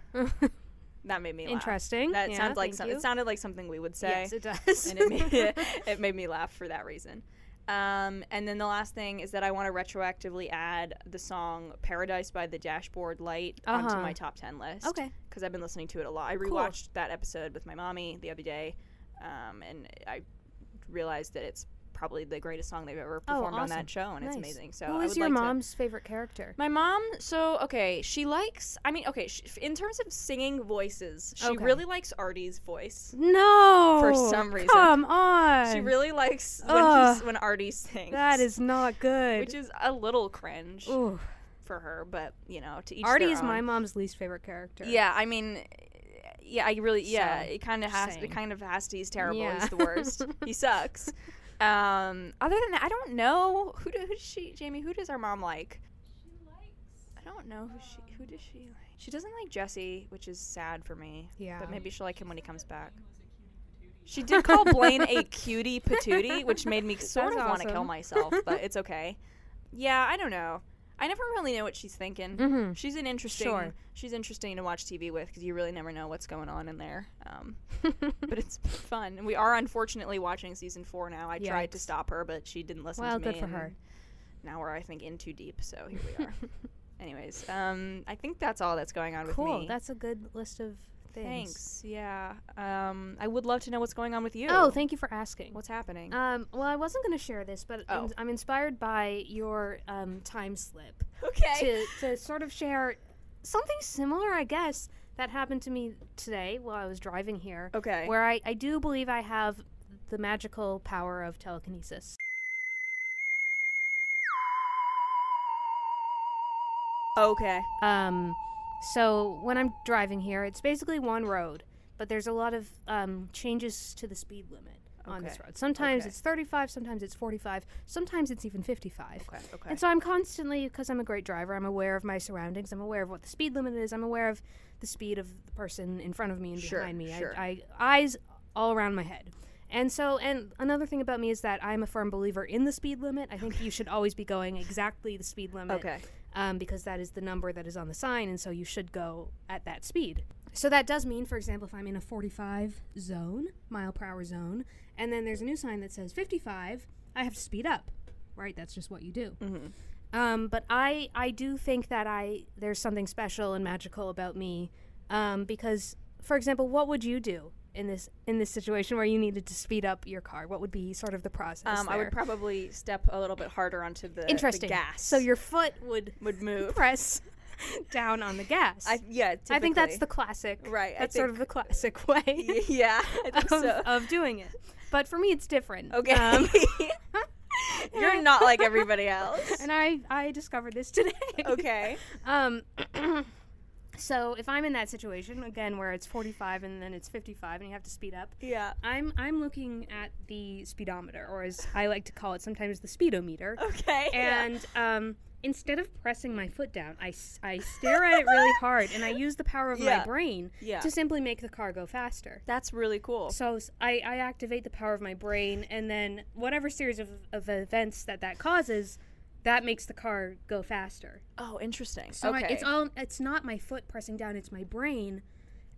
Speaker 1: That made me laugh.
Speaker 2: Interesting.
Speaker 1: That
Speaker 2: Yeah,
Speaker 1: sounds like
Speaker 2: thank
Speaker 1: some,
Speaker 2: you.
Speaker 1: it sounded like something we would say.
Speaker 2: Yes, it does.
Speaker 1: and it made, it made me laugh for that reason. Um, and then the last thing is that I want to retroactively add the song "Paradise by the Dashboard Light" onto
Speaker 2: Uh-huh.
Speaker 1: my top ten list.
Speaker 2: Okay.
Speaker 1: Because I've been listening to it a lot. I rewatched that episode with my mommy the other day, um, and I realized that it's probably the greatest song they've ever performed on
Speaker 2: Oh, awesome.
Speaker 1: that show, and it's
Speaker 2: Nice.
Speaker 1: amazing. So
Speaker 2: Who
Speaker 1: I
Speaker 2: is
Speaker 1: would
Speaker 2: your
Speaker 1: like to-
Speaker 2: mom's favorite character?
Speaker 1: my mom, so okay, she likes. I mean, okay, sh in terms of singing voices, she
Speaker 2: Okay.
Speaker 1: really likes Artie's voice.
Speaker 2: No.
Speaker 1: some reason.
Speaker 2: Come on.
Speaker 1: She really likes when
Speaker 2: Ugh.
Speaker 1: he's, when Artie sings.
Speaker 2: That is not good.
Speaker 1: which is a little cringe
Speaker 2: Ooh.
Speaker 1: for her, but you know, to each
Speaker 2: Artie
Speaker 1: their
Speaker 2: is my
Speaker 1: own.
Speaker 2: mom's least favorite character.
Speaker 1: Yeah, I mean, yeah, I really, yeah,
Speaker 2: So,
Speaker 1: it kind of has,
Speaker 2: same.
Speaker 1: it kind of has to. He's terrible.
Speaker 2: Yeah.
Speaker 1: He's the worst. he sucks. Um, other than that, I don't know who do, who does she, Jamie. Who does our mom like? I don't know who she. Who does she like? She doesn't like Jesse, which is sad for me.
Speaker 2: Yeah.
Speaker 1: But maybe she'll like him when he comes back. She did call Blaine a cutie patootie, which made me sort
Speaker 2: That's
Speaker 1: of want to kill
Speaker 2: awesome.
Speaker 1: myself, but it's okay. Yeah, I don't know. I never really know what she's thinking.
Speaker 2: Mhm.
Speaker 1: She's an interesting.
Speaker 2: Sure.
Speaker 1: She's interesting to watch TV with because you really never know what's going on in there. Um, but it's fun. And we are unfortunately watching season four now. I tried to
Speaker 2: Yikes.
Speaker 1: stop her, but she didn't listen
Speaker 2: Well,
Speaker 1: to me.
Speaker 2: good for
Speaker 1: and
Speaker 2: her.
Speaker 1: Now we're, I think, in too deep. So here we are. Anyways, um, I think that's all that's going on with
Speaker 2: cool.
Speaker 1: me.
Speaker 2: That's a good list of things.
Speaker 1: Thanks. Yeah. Um, I would love to know what's going on with you.
Speaker 2: Oh, thank you for asking.
Speaker 1: What's happening?
Speaker 2: Um, well, I wasn't going to share this, but
Speaker 1: Oh.
Speaker 2: in- I'm inspired by your um, time slip
Speaker 1: okay.
Speaker 2: to, to sort of share something similar, I guess, that happened to me today while I was driving here.
Speaker 1: Okay.
Speaker 2: Where I, I do believe I have the magical power of telekinesis.
Speaker 1: okay.
Speaker 2: Um, so when I'm driving here, it's basically one road, but there's a lot of um, changes to the speed limit on this
Speaker 1: Okay.
Speaker 2: road. Sometimes
Speaker 1: Okay.
Speaker 2: it's 35, sometimes it's 45, sometimes it's even 55.
Speaker 1: Okay. Okay.
Speaker 2: And so I'm constantly, because I'm a great driver, I'm aware of my surroundings. I'm aware of what the speed limit is. I'm aware of the speed of the person in front of me and
Speaker 1: Sure,
Speaker 2: behind me.
Speaker 1: sure.
Speaker 2: I, I eyes all around my head. And so, and another thing about me is that I'm a firm believer in the speed limit. I think you should always be going exactly the speed limit
Speaker 1: Okay.
Speaker 2: um, because that is the number that is on the sign, and so you should go at that speed. So that does mean, for example, if I'm in a 45 zone, mile per hour zone, and then there's a new sign that says 55, I have to speed up, right? That's just what you do.
Speaker 1: Mm-hmm.
Speaker 2: Um, but I, I do think that I there's something special and magical about me Um, because, for example, what would you do in this in this situation where you needed to speed up your car? What would be sort of the process?
Speaker 1: Um, I
Speaker 2: there?
Speaker 1: would probably step a little bit harder onto the, the
Speaker 2: Interesting.
Speaker 1: gas.
Speaker 2: So your foot would
Speaker 1: would move.
Speaker 2: press down on the gas.
Speaker 1: I, yeah,
Speaker 2: I think that's the
Speaker 1: typically.
Speaker 2: classic.
Speaker 1: Right, I
Speaker 2: That's sort of the classic way
Speaker 1: yeah. I think
Speaker 2: of,
Speaker 1: so.
Speaker 2: of doing it. But for me, it's different.
Speaker 1: Okay.
Speaker 2: Um,
Speaker 1: You're not like everybody else.
Speaker 2: and I I discovered this today.
Speaker 1: Okay.
Speaker 2: Um, so if I'm in that situation again, where it's 45 and then it's 55, and you have to speed up,
Speaker 1: Yeah.
Speaker 2: I'm I'm looking at the speedometer, or as I like to call it sometimes, the speedometer.
Speaker 1: Okay. Oh, yeah.
Speaker 2: And um, instead of pressing my foot down, I, s- I stare at it really hard, and I use the power of my
Speaker 1: Yeah.
Speaker 2: brain
Speaker 1: Yeah.
Speaker 2: to simply make the car go faster.
Speaker 1: that's really cool.
Speaker 2: So s- I, I activate the power of my brain, and then whatever series of, of events that that causes, that makes the car go faster.
Speaker 1: Oh, interesting.
Speaker 2: So I-
Speaker 1: okay.
Speaker 2: it's all it's not my foot pressing down, it's my brain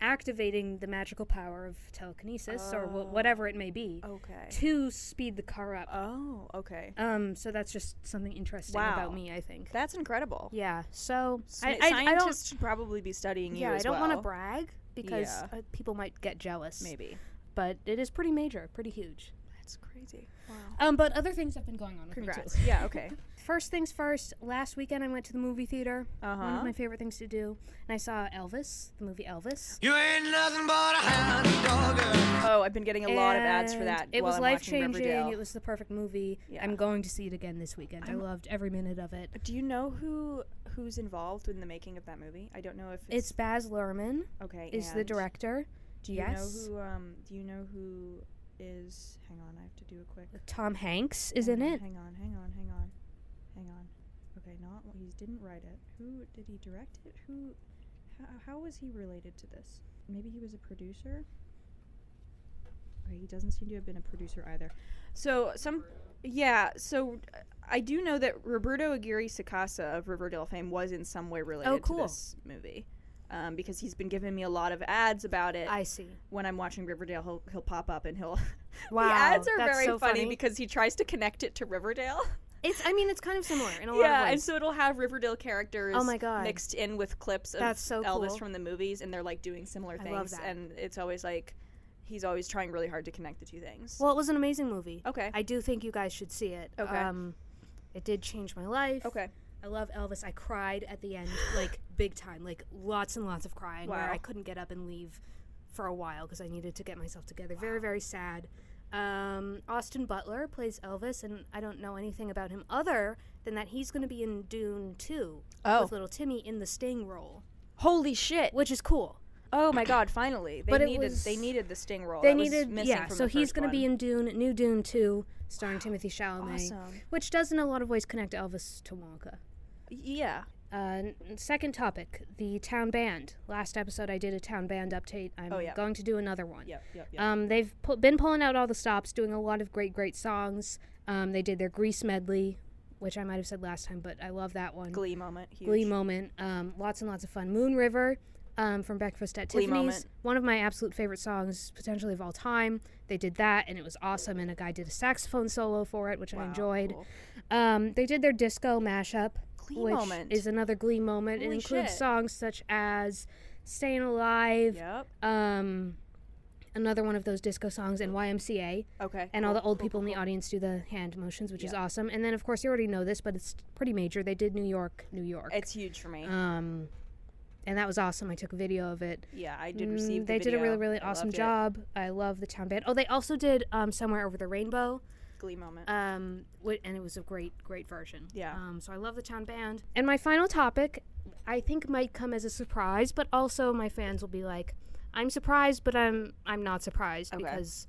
Speaker 2: activating the magical power of telekinesis or
Speaker 1: Oh.
Speaker 2: wh- whatever it may be
Speaker 1: okay.
Speaker 2: to speed the car up.
Speaker 1: Oh, okay.
Speaker 2: Um so that's just something interesting about
Speaker 1: Wow.
Speaker 2: me, I think.
Speaker 1: That's incredible.
Speaker 2: Yeah. So I,
Speaker 1: Sci-
Speaker 2: I, I
Speaker 1: Scientists
Speaker 2: don't
Speaker 1: should probably be studying you
Speaker 2: yeah, I
Speaker 1: as
Speaker 2: don't
Speaker 1: well.
Speaker 2: want to brag because
Speaker 1: Yeah.
Speaker 2: uh, people might get jealous.
Speaker 1: Maybe.
Speaker 2: But it is pretty major, pretty huge.
Speaker 1: That's crazy. Wow.
Speaker 2: Um but other things have been going on with
Speaker 1: Congrats.
Speaker 2: me too.
Speaker 1: Yeah, okay.
Speaker 2: First things first, last weekend I went to the movie theater. One
Speaker 1: Uh-huh.
Speaker 2: of my favorite things to do. And I saw Elvis, the movie Elvis.
Speaker 7: You ain't nothing but a hound dog. girl.
Speaker 1: Oh, I've been getting a lot of ads for
Speaker 2: And
Speaker 1: that.
Speaker 2: It
Speaker 1: while
Speaker 2: was
Speaker 1: I'm
Speaker 2: life
Speaker 1: watching
Speaker 2: changing.
Speaker 1: Riverdale.
Speaker 2: It was the perfect movie.
Speaker 1: Yeah.
Speaker 2: I'm going to see it again this weekend. i loved every minute of it.
Speaker 1: Do you know who who's involved in the making of that movie? I don't know if it's,
Speaker 2: It's Baz Luhrmann
Speaker 1: okay.
Speaker 2: is the
Speaker 1: and
Speaker 2: director.
Speaker 1: Do you
Speaker 2: yes.
Speaker 1: know who? Um, do you know who is? Hang on, I have to do a quick.
Speaker 2: Tom Hanks is in
Speaker 1: hang on,
Speaker 2: it.
Speaker 1: Hang on, hang on, hang on, hang on. Okay, not he didn't write it. Who did he direct it? Who? How, how was he related to this? Maybe he was a producer. Okay, he doesn't seem to have been a producer either. So some, yeah. So uh, I do know that Roberto Aguirre Sacasa of Riverdale fame was in some way related
Speaker 2: Oh, cool.
Speaker 1: to this movie. Um, because he's been giving me a lot of ads about it
Speaker 2: I see.
Speaker 1: when I'm watching Riverdale, he'll he'll pop up and he'll.
Speaker 2: Wow,
Speaker 1: the ads are
Speaker 2: that's
Speaker 1: very
Speaker 2: so
Speaker 1: funny,
Speaker 2: funny.
Speaker 1: because he tries to connect it to Riverdale.
Speaker 2: It's. I mean, it's kind of similar in a lot
Speaker 1: yeah,
Speaker 2: of
Speaker 1: and
Speaker 2: ways.
Speaker 1: so it'll have Riverdale characters.
Speaker 2: Oh my God.
Speaker 1: Mixed in with clips of
Speaker 2: That's so
Speaker 1: Elvis
Speaker 2: cool.
Speaker 1: from the movies, and they're like doing similar
Speaker 2: I
Speaker 1: things,
Speaker 2: love that.
Speaker 1: and it's always like, he's always trying really hard to connect the two things.
Speaker 2: well, it was an amazing movie.
Speaker 1: okay.
Speaker 2: I do think you guys should see it.
Speaker 1: Okay.
Speaker 2: Um, it did change my life.
Speaker 1: okay.
Speaker 2: I love Elvis. I cried at the end, like big time, like lots and lots of crying, where
Speaker 1: Wow.
Speaker 2: I couldn't get up and leave for a while because I needed to get myself together. Very, very sad. Um, Austin Butler plays Elvis, and I don't know anything about him other than that he's going to be in Dune 2
Speaker 1: Oh.
Speaker 2: with little Timmy in the Sting role,
Speaker 1: Holy shit!
Speaker 2: which is cool.
Speaker 1: Oh my god! Finally, they
Speaker 2: But it
Speaker 1: needed they
Speaker 2: was-
Speaker 1: needed the sting roll.
Speaker 2: They
Speaker 1: that was
Speaker 2: needed,
Speaker 1: missing
Speaker 2: yeah.
Speaker 1: From
Speaker 2: So
Speaker 1: the
Speaker 2: he's
Speaker 1: first
Speaker 2: going to be
Speaker 1: one.
Speaker 2: in Dune, New Dune 2, starring Timothy Chalamet,
Speaker 1: Awesome.
Speaker 2: which does in a lot of ways connect Elvis to Wonka.
Speaker 1: Yeah.
Speaker 2: Uh, n- second topic, the town band. Last episode, I did a town band update. I'm
Speaker 1: Oh, yeah.
Speaker 2: going to do another one.
Speaker 1: Yep. Yep. Yep.
Speaker 2: Um, they've pu- been pulling out all the stops, doing a lot of great, great songs. Um, they did their Grease medley, which I might have said last time, but I love that one.
Speaker 1: Glee moment. Huge.
Speaker 2: Glee moment. Um, lots and lots of fun. Moon River um, from Breakfast at
Speaker 1: Glee
Speaker 2: Tiffany's.
Speaker 1: moment.
Speaker 2: One of my absolute favorite songs, potentially of all time. They did that, and it was awesome. And a guy did a saxophone solo for it, which I
Speaker 1: Wow,
Speaker 2: enjoyed.
Speaker 1: cool.
Speaker 2: Um, they did their disco mashup,
Speaker 1: Glee
Speaker 2: which
Speaker 1: moment.
Speaker 2: is another Glee moment. it
Speaker 1: Holy
Speaker 2: includes
Speaker 1: shit.
Speaker 2: songs such as "Staying Alive,"
Speaker 1: Yep.
Speaker 2: um, another one of those disco songs, and YMCA.
Speaker 1: Okay.
Speaker 2: And all the old people in the audience do the hand motions, which is awesome. And then, of course, you already know this, but it's pretty major. They did New York, New York.
Speaker 1: It's huge for me.
Speaker 2: um, and that was awesome. I took a video of it.
Speaker 1: Yeah, I did
Speaker 2: Mm,
Speaker 1: receive. The
Speaker 2: they did a really,
Speaker 1: video.
Speaker 2: really
Speaker 1: I
Speaker 2: awesome
Speaker 1: loved it.
Speaker 2: job. I love the town band. Oh, they also did um, Somewhere Over the Rainbow.
Speaker 1: Glee moment.
Speaker 2: Um, wi- and it was a great, great version.
Speaker 1: Yeah.
Speaker 2: Um, so I love the town band. And my final topic, I think might come as a surprise, but also my fans will be like, I'm surprised, but I'm I'm not surprised because,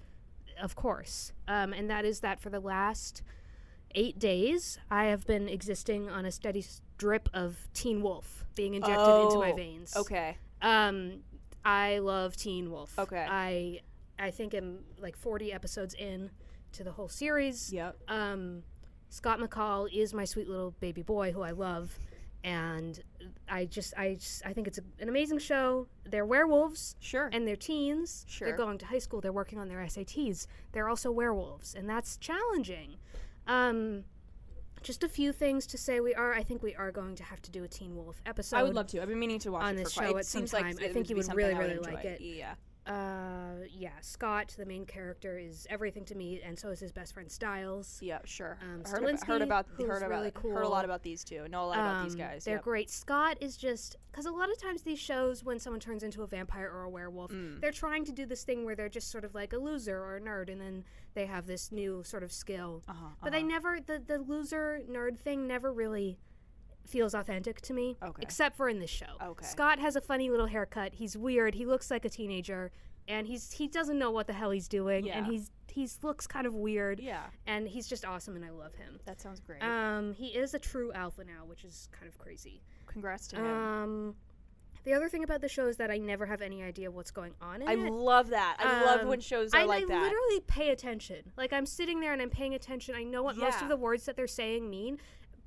Speaker 2: of course. Um, and that is that for the last eight days, I have been existing on a steady s- drip of Teen Wolf being injected into my
Speaker 1: Oh,
Speaker 2: veins.
Speaker 1: okay.
Speaker 2: Um, I love Teen Wolf.
Speaker 1: Okay.
Speaker 2: I I think I'm like 40 episodes in to the whole series.
Speaker 1: Yep.
Speaker 2: Um, Scott McCall is my sweet little baby boy who I love, and I just I just I think it's an amazing show. They're werewolves.
Speaker 1: Sure.
Speaker 2: And they're teens. They're
Speaker 1: Sure.
Speaker 2: going to high school. They're working on their SATs. They're also werewolves, and that's challenging. Um, Just a few things to say. We are. I think we are going to have to do a Teen Wolf episode.
Speaker 1: I would love to. I've been meaning to watch
Speaker 2: on
Speaker 1: it
Speaker 2: this
Speaker 1: for quite-
Speaker 2: show
Speaker 1: it
Speaker 2: at some
Speaker 1: seems
Speaker 2: time.
Speaker 1: Like
Speaker 2: I
Speaker 1: it
Speaker 2: think
Speaker 1: would
Speaker 2: you
Speaker 1: be
Speaker 2: would
Speaker 1: something
Speaker 2: really,
Speaker 1: I would
Speaker 2: really
Speaker 1: enjoy.
Speaker 2: like it.
Speaker 1: Yeah.
Speaker 2: Uh, yeah, Scott, the main character, is everything to me, and so is his best friend Styles.
Speaker 1: Yeah, sure.
Speaker 2: Um,
Speaker 1: heard, about, heard
Speaker 2: Straczynski,
Speaker 1: about
Speaker 2: who's
Speaker 1: heard about
Speaker 2: really
Speaker 1: heard a
Speaker 2: cool.
Speaker 1: lot about these two. Know a lot about these
Speaker 2: Um,
Speaker 1: guys.
Speaker 2: They're
Speaker 1: yep.
Speaker 2: great. Scott is just because a lot of times these shows, when someone turns into a vampire or a werewolf,
Speaker 1: Mm.
Speaker 2: they're trying to do this thing where they're just sort of like a loser or a nerd, and then they have this new sort of skill.
Speaker 1: Uh-huh,
Speaker 2: But they never the the loser nerd thing never really feels authentic to me.
Speaker 1: Okay.
Speaker 2: Except for in this show.
Speaker 1: Okay.
Speaker 2: Scott has a funny little haircut. He's weird. He looks like a teenager, and he's he doesn't know what the hell he's doing, and
Speaker 1: Yeah.
Speaker 2: he's he's looks kind of weird.
Speaker 1: Yeah,
Speaker 2: And he's just awesome, and I love him.
Speaker 1: that sounds great.
Speaker 2: Um, he is a true alpha now, which is kind of crazy.
Speaker 1: Congrats to him.
Speaker 2: Um, the other thing about the show is that I never have any idea what's going on in
Speaker 1: I
Speaker 2: it.
Speaker 1: love that. I love
Speaker 2: Um,
Speaker 1: when shows are
Speaker 2: I,
Speaker 1: like
Speaker 2: I
Speaker 1: that.
Speaker 2: literally pay attention. Like I'm sitting there and I'm paying attention. I know what most
Speaker 1: Yeah.
Speaker 2: of the words that they're saying mean,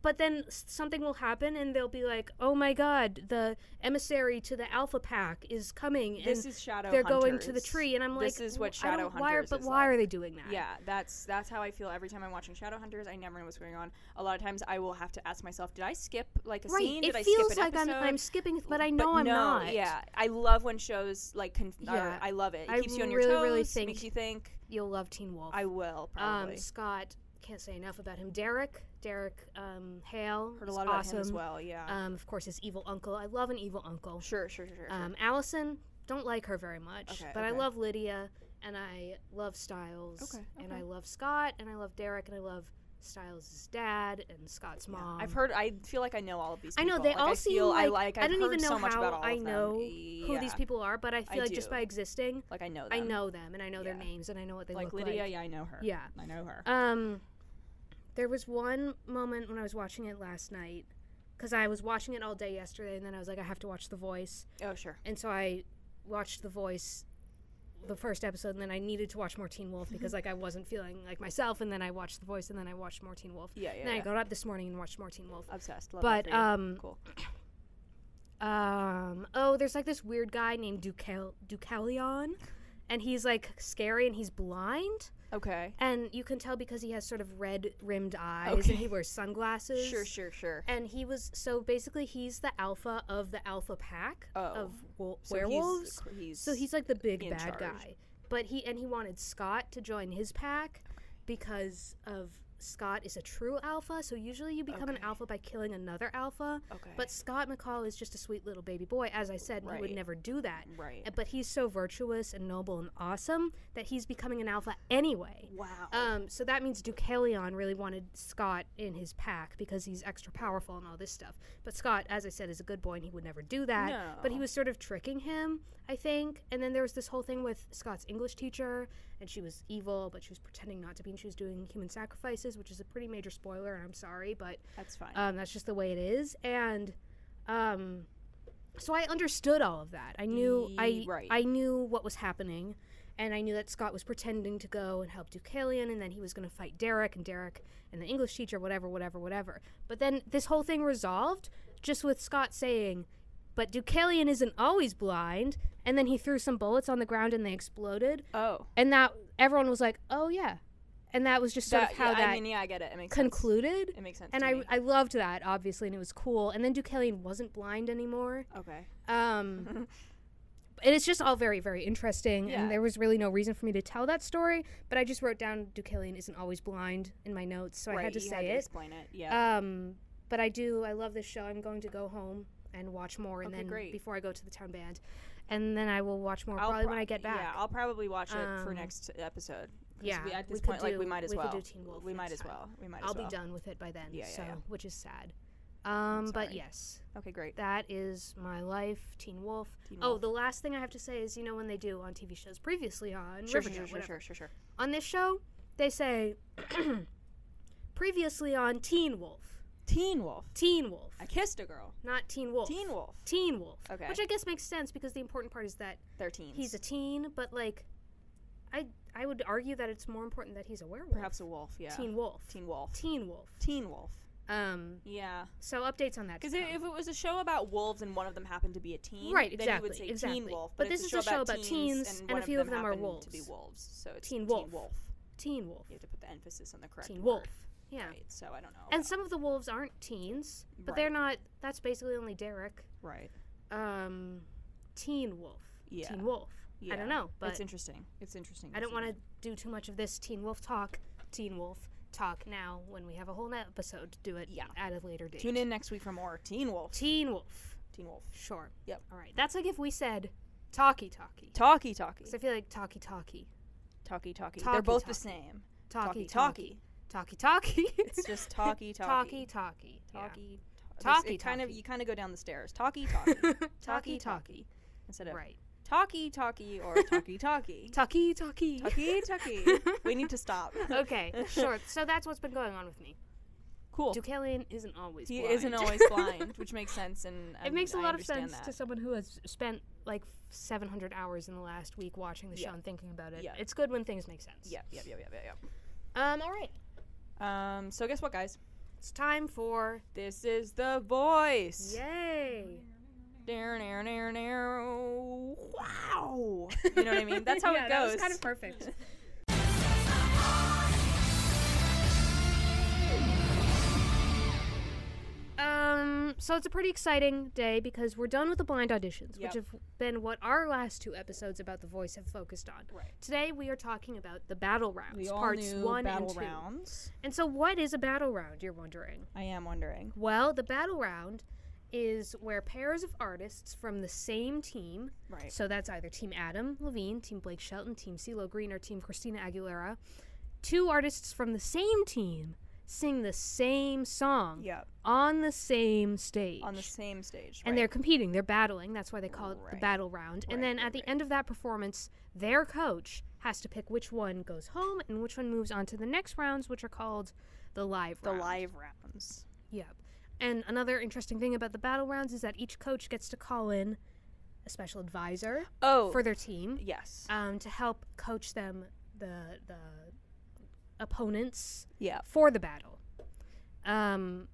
Speaker 2: but then s- something will happen and they'll be like, "Oh my god, the emissary to the Alpha Pack is coming and
Speaker 1: this is Shadow.
Speaker 2: they're going to the
Speaker 1: Hunters.
Speaker 2: tree." And I'm like,
Speaker 1: This is what
Speaker 2: "Well, I
Speaker 1: Shadow
Speaker 2: don't- why are,
Speaker 1: Hunters
Speaker 2: But
Speaker 1: is
Speaker 2: why
Speaker 1: like."
Speaker 2: are they doing that?
Speaker 1: Yeah, that's that's how I feel every time I'm watching Shadowhunters. I never know what's going on. A lot of times I will have to ask myself, did I skip like a
Speaker 2: Right.
Speaker 1: scene?
Speaker 2: it
Speaker 1: did
Speaker 2: feels
Speaker 1: I skip an
Speaker 2: like I'm,
Speaker 1: episode?
Speaker 2: I'm skipping, but I know I'm
Speaker 1: no,
Speaker 2: not.
Speaker 1: Yeah, I love when shows like conf-
Speaker 2: Yeah.
Speaker 1: yeah. I love it. It
Speaker 2: I
Speaker 1: keeps you on your
Speaker 2: really,
Speaker 1: toes.
Speaker 2: really think-
Speaker 1: makes you think.
Speaker 2: You'll love Teen Wolf.
Speaker 1: I will probably
Speaker 2: Um, Scott can't say enough about him. Derek, Derek um, Hale,
Speaker 1: heard a
Speaker 2: is
Speaker 1: lot about
Speaker 2: awesome.
Speaker 1: him as well. Yeah,
Speaker 2: Um, of course, his evil uncle. I love an evil uncle.
Speaker 1: sure, sure, sure. sure.
Speaker 2: Um, Allison, don't like her very much,
Speaker 1: Okay,
Speaker 2: but I
Speaker 1: okay.
Speaker 2: love Lydia and I love Styles
Speaker 1: Okay,
Speaker 2: and
Speaker 1: okay.
Speaker 2: I love Scott and I love Derek and I love Styles' dad and Scott's
Speaker 1: Yeah.
Speaker 2: mom.
Speaker 1: I've heard. I feel like I know all of these.
Speaker 2: um, I
Speaker 1: People.
Speaker 2: know they
Speaker 1: Like,
Speaker 2: all
Speaker 1: I
Speaker 2: seem
Speaker 1: feel,
Speaker 2: like,
Speaker 1: I like. I've
Speaker 2: don't
Speaker 1: heard
Speaker 2: even know
Speaker 1: so much
Speaker 2: how
Speaker 1: about all
Speaker 2: I
Speaker 1: of them.
Speaker 2: know who these
Speaker 1: Yeah.
Speaker 2: people are, but I feel like just
Speaker 1: do.
Speaker 2: by existing,
Speaker 1: Like I know. Them.
Speaker 2: I know them and I know their
Speaker 1: Yeah.
Speaker 2: names and I know what they
Speaker 1: Like
Speaker 2: look
Speaker 1: Lydia.
Speaker 2: like.
Speaker 1: Yeah, I know her.
Speaker 2: Yeah.
Speaker 1: I know her.
Speaker 2: Um, there was one moment when I was watching it last night because I was watching it all day yesterday, and then I was like, I have to watch The Voice,
Speaker 1: oh sure.
Speaker 2: and so I watched The Voice, the first episode, and then I needed to watch more Teen Wolf because like I wasn't feeling like myself, and then I watched The Voice, and then I watched more Teen Wolf.
Speaker 1: Yeah,
Speaker 2: and
Speaker 1: yeah.
Speaker 2: then I
Speaker 1: yeah.
Speaker 2: got up this morning and watched more Teen Wolf.
Speaker 1: Obsessed. Love
Speaker 2: But
Speaker 1: that for you.
Speaker 2: um,
Speaker 1: cool.
Speaker 2: um, oh, there's like this weird guy named Ducal Ducalion, and he's like scary and he's blind.
Speaker 1: Okay.
Speaker 2: And you can tell because he has sort of red rimmed eyes
Speaker 1: Okay.
Speaker 2: and he wears sunglasses.
Speaker 1: Sure, sure, sure.
Speaker 2: And he was so basically he's the alpha of the alpha pack
Speaker 1: Oh.
Speaker 2: of wo-
Speaker 1: So he's-
Speaker 2: werewolves.
Speaker 1: He's,
Speaker 2: so he's like the big
Speaker 1: in charge.
Speaker 2: bad guy. But he and he wanted Scott to join his pack because of Scott is a true alpha. So usually you become an
Speaker 1: Okay.
Speaker 2: alpha by killing another alpha.
Speaker 1: Okay.
Speaker 2: But Scott McCall is just a sweet little baby boy. As I said, he would
Speaker 1: Right.
Speaker 2: never do that.
Speaker 1: Right.
Speaker 2: Uh, But he's so virtuous and noble and awesome that he's becoming an alpha anyway.
Speaker 1: Wow.
Speaker 2: Um, so that means Deucalion really wanted Scott in his pack because he's extra powerful and all this stuff. But Scott, as I said, is a good boy and he would never do that. But he
Speaker 1: No.
Speaker 2: was sort of tricking him, I think. And then there was this whole thing with Scott's English teacher, and she was evil, but she was pretending not to be, and she was doing human sacrifices, which is a pretty major spoiler, and I'm sorry, but
Speaker 1: That's fine.
Speaker 2: um, that's just the way it is. And um, so I understood all of that. I knew I
Speaker 1: Ye- right.
Speaker 2: I knew what was happening, and I knew that Scott was pretending to go and help Deucalion, and then he was going to fight Derek and Derek and the English teacher, whatever, whatever, whatever. But then this whole thing resolved just with Scott saying. But Deucalion isn't always blind, and then he threw some bullets on the ground and they exploded,
Speaker 1: oh.
Speaker 2: and that everyone was like, "Oh yeah," and that was just sort
Speaker 1: That,
Speaker 2: of how
Speaker 1: yeah,
Speaker 2: that
Speaker 1: I mean, yeah, I get it. It makes
Speaker 2: concluded.
Speaker 1: sense. It makes sense.
Speaker 2: And
Speaker 1: to
Speaker 2: I,
Speaker 1: me.
Speaker 2: I loved that obviously, and it was cool. And then Deucalion wasn't blind anymore.
Speaker 1: okay.
Speaker 2: Um, and it's just all very very interesting.
Speaker 1: Yeah.
Speaker 2: And there was really no reason for me to tell that story, but I just wrote down Deucalion isn't always blind in my notes, so I
Speaker 1: right,
Speaker 2: had to
Speaker 1: you
Speaker 2: say
Speaker 1: had
Speaker 2: it.
Speaker 1: to explain it. Yeah.
Speaker 2: Um, but I do. I love this show. I'm going to go home and watch more, and
Speaker 1: Okay,
Speaker 2: then
Speaker 1: great.
Speaker 2: before I go to the town band, and then I will watch more
Speaker 1: I'll
Speaker 2: probably when
Speaker 1: prob-
Speaker 2: I get back.
Speaker 1: Yeah, I'll probably watch it for
Speaker 2: Um,
Speaker 1: next episode. 'Cause
Speaker 2: yeah,
Speaker 1: we, at
Speaker 2: we
Speaker 1: this
Speaker 2: could
Speaker 1: point, like we
Speaker 2: do-
Speaker 1: might as
Speaker 2: we could
Speaker 1: well.
Speaker 2: do Teen Wolf
Speaker 1: we might
Speaker 2: next
Speaker 1: as
Speaker 2: time.
Speaker 1: well. We might as
Speaker 2: I'll
Speaker 1: well.
Speaker 2: be done with it by then.
Speaker 1: Yeah, yeah,
Speaker 2: so
Speaker 1: yeah.
Speaker 2: which is sad. Um, but
Speaker 1: sorry.
Speaker 2: yes,
Speaker 1: Okay, great.
Speaker 2: that is my life, Teen Wolf.
Speaker 1: Teen
Speaker 2: oh,
Speaker 1: Wolf.
Speaker 2: the last thing I have to say is, you know, when they do on TV shows previously on
Speaker 1: Sure,
Speaker 2: Riverdale,
Speaker 1: sure, sure, sure,
Speaker 2: whatever.
Speaker 1: sure, sure.
Speaker 2: on this show, they say previously on Teen Wolf,
Speaker 1: Teen Wolf.
Speaker 2: Teen Wolf,
Speaker 1: I kissed a girl.
Speaker 2: not Teen Wolf,
Speaker 1: Teen Wolf.
Speaker 2: Teen Wolf.
Speaker 1: Okay.
Speaker 2: which I guess makes sense because the important part is that
Speaker 1: They're teens.
Speaker 2: he's a teen, but like, I I would argue that it's more important that he's a werewolf.
Speaker 1: perhaps a wolf. Yeah.
Speaker 2: Teen Wolf,
Speaker 1: Teen Wolf.
Speaker 2: Teen Wolf.
Speaker 1: Teen Wolf.
Speaker 2: Um,
Speaker 1: Yeah.
Speaker 2: so updates on that.
Speaker 1: Because
Speaker 2: to come.
Speaker 1: if it was a show about wolves and one of them happened to be a teen, Then
Speaker 2: Right,
Speaker 1: you
Speaker 2: exactly,
Speaker 1: would say
Speaker 2: exactly.
Speaker 1: Teen Wolf.
Speaker 2: But
Speaker 1: it's
Speaker 2: this is a show about teens, and a
Speaker 1: one
Speaker 2: few of them are
Speaker 1: happen To be
Speaker 2: wolves.
Speaker 1: wolves, so it's
Speaker 2: Teen
Speaker 1: teen
Speaker 2: Wolf.
Speaker 1: wolf.
Speaker 2: Teen Wolf,
Speaker 1: You have to put the emphasis on the correct.
Speaker 2: Teen
Speaker 1: word.
Speaker 2: Wolf. Yeah.
Speaker 1: right? So I don't know.
Speaker 2: And some of the wolves aren't teens, but they're
Speaker 1: Right.
Speaker 2: not. That's basically only Derek.
Speaker 1: right.
Speaker 2: Um, teen wolf.
Speaker 1: Yeah.
Speaker 2: Teen wolf. I
Speaker 1: Yeah.
Speaker 2: don't know, but
Speaker 1: it's interesting. It's interesting.
Speaker 2: I don't want to do too much of this teen wolf talk. Teen wolf talk now when we have a whole episode to do it
Speaker 1: Yeah.
Speaker 2: at a later date.
Speaker 1: Tune in next week for more Teen Wolf.
Speaker 2: Teen wolf.
Speaker 1: Teen Wolf.
Speaker 2: Sure.
Speaker 1: Yep.
Speaker 2: All right. That's like if we said talkie talkie.
Speaker 1: Talkie Talkie.
Speaker 2: 'Cause I feel like talkie talkie.
Speaker 1: Talkie Talkie.
Speaker 2: Talkie
Speaker 1: They're both
Speaker 2: Talkie.
Speaker 1: the same.
Speaker 2: Talkie talkie. Talkie talkie.
Speaker 1: It's just Talkie
Speaker 2: Talkie
Speaker 1: Talkie.
Speaker 2: talkie. yeah.
Speaker 1: Talkie.
Speaker 2: Talkie
Speaker 1: Talkie. Kind of
Speaker 2: Talkie.
Speaker 1: you kind of go down the stairs. Talkie Talkie
Speaker 2: Talkie
Speaker 1: Talkie
Speaker 2: talkie.
Speaker 1: talkie. instead of
Speaker 2: Right.
Speaker 1: Talkie Talkie or Talkie Talkie.
Speaker 2: Talkie talkie.
Speaker 1: Talkie Talkie. We need to stop.
Speaker 2: okay, sure. So that's what's been going on with me.
Speaker 1: Cool.
Speaker 2: Deucalion isn't always
Speaker 1: He
Speaker 2: blind.
Speaker 1: isn't always blind, which makes sense, and
Speaker 2: it makes
Speaker 1: a
Speaker 2: a lot of sense to someone who has spent like 700 hours in the last week watching the show
Speaker 1: Yeah.
Speaker 2: and thinking about it.
Speaker 1: Yeah.
Speaker 2: It's good when things make sense.
Speaker 1: Yeah, yeah, yeah, yeah, yeah,
Speaker 2: Um. All right.
Speaker 1: yeah. Um, so guess what, guys?
Speaker 2: It's time for
Speaker 1: This is the voice.
Speaker 2: yay.
Speaker 1: Narrow, narrow, narrow, narrow. Wow. You know what I mean? That's how it goes.
Speaker 6: kind of perfect.
Speaker 2: Um. So it's a pretty exciting day because we're done with the blind auditions,
Speaker 1: Yep.
Speaker 2: which have been what our last two episodes about the voice have focused on.
Speaker 1: Right.
Speaker 2: Today we are talking about the battle rounds,
Speaker 1: we all
Speaker 2: parts
Speaker 1: knew
Speaker 2: one
Speaker 1: battle
Speaker 2: and two.
Speaker 1: rounds.
Speaker 2: And so, what is a battle round? You're wondering.
Speaker 1: I am wondering.
Speaker 2: Well, the battle round is where pairs of artists from the same team,
Speaker 1: Right.
Speaker 2: so that's either Team Adam Levine, Team Blake Shelton, Team CeeLo Green, or Team Christina Aguilera, two artists from the same team sing the same song
Speaker 1: Yeah.
Speaker 2: on the same stage.
Speaker 1: On the same stage.
Speaker 2: and
Speaker 1: right.
Speaker 2: they're competing, they're battling. That's why they call it the
Speaker 1: Right.
Speaker 2: battle round. and then at the end of that performance, their coach has to pick which one goes home and which one moves on to the next rounds, which are called the live
Speaker 1: the
Speaker 2: round.
Speaker 1: live rounds.
Speaker 2: Yep. And another interesting thing about the battle rounds is that each coach gets to call in a special advisor
Speaker 1: Oh,
Speaker 2: for their team
Speaker 1: yes.
Speaker 2: um, to help coach them the the opponents
Speaker 1: yeah.
Speaker 2: for the battle. Um,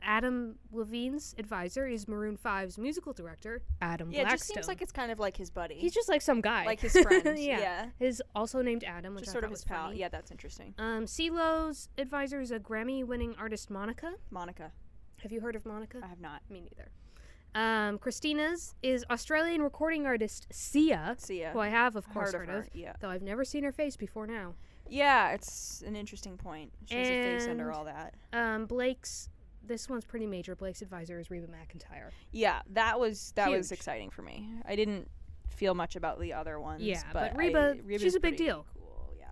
Speaker 2: Adam Levine's advisor is Maroon 5's musical director, Adam
Speaker 1: Yeah, it
Speaker 2: Blackstone.
Speaker 1: just seems like it's kind of like his buddy.
Speaker 2: he's just like some guy,
Speaker 1: Like his friend,
Speaker 2: yeah.
Speaker 1: yeah.
Speaker 2: his also named Adam, which
Speaker 1: just
Speaker 2: I
Speaker 1: sort of
Speaker 2: thought
Speaker 1: his
Speaker 2: was
Speaker 1: pal.
Speaker 2: funny.
Speaker 1: Yeah, that's interesting.
Speaker 2: Um, CeeLo's advisor is a Grammy-winning artist, Monica.
Speaker 1: Monica.
Speaker 2: Have you heard of Monica?
Speaker 1: I have not.
Speaker 2: Me neither. Um, Christina's is Australian recording artist Sia,
Speaker 1: Sia.
Speaker 2: who I have, of
Speaker 1: Heard
Speaker 2: course,
Speaker 1: of
Speaker 2: heard of,
Speaker 1: her, yeah.
Speaker 2: though I've never seen her face before now.
Speaker 1: Yeah, it's an interesting point. She has a face under
Speaker 2: And-
Speaker 1: all that.
Speaker 2: Um, Blake's, this one's pretty major. Blake's advisor is Reba McIntyre.
Speaker 1: Yeah, that was that was
Speaker 2: Huge.
Speaker 1: exciting for me. I didn't feel much about the other ones.
Speaker 2: Yeah,
Speaker 1: but,
Speaker 2: but
Speaker 1: I-
Speaker 2: Reba-
Speaker 1: Reba's
Speaker 2: she's a big
Speaker 1: pretty
Speaker 2: deal.
Speaker 1: Cool. Yeah.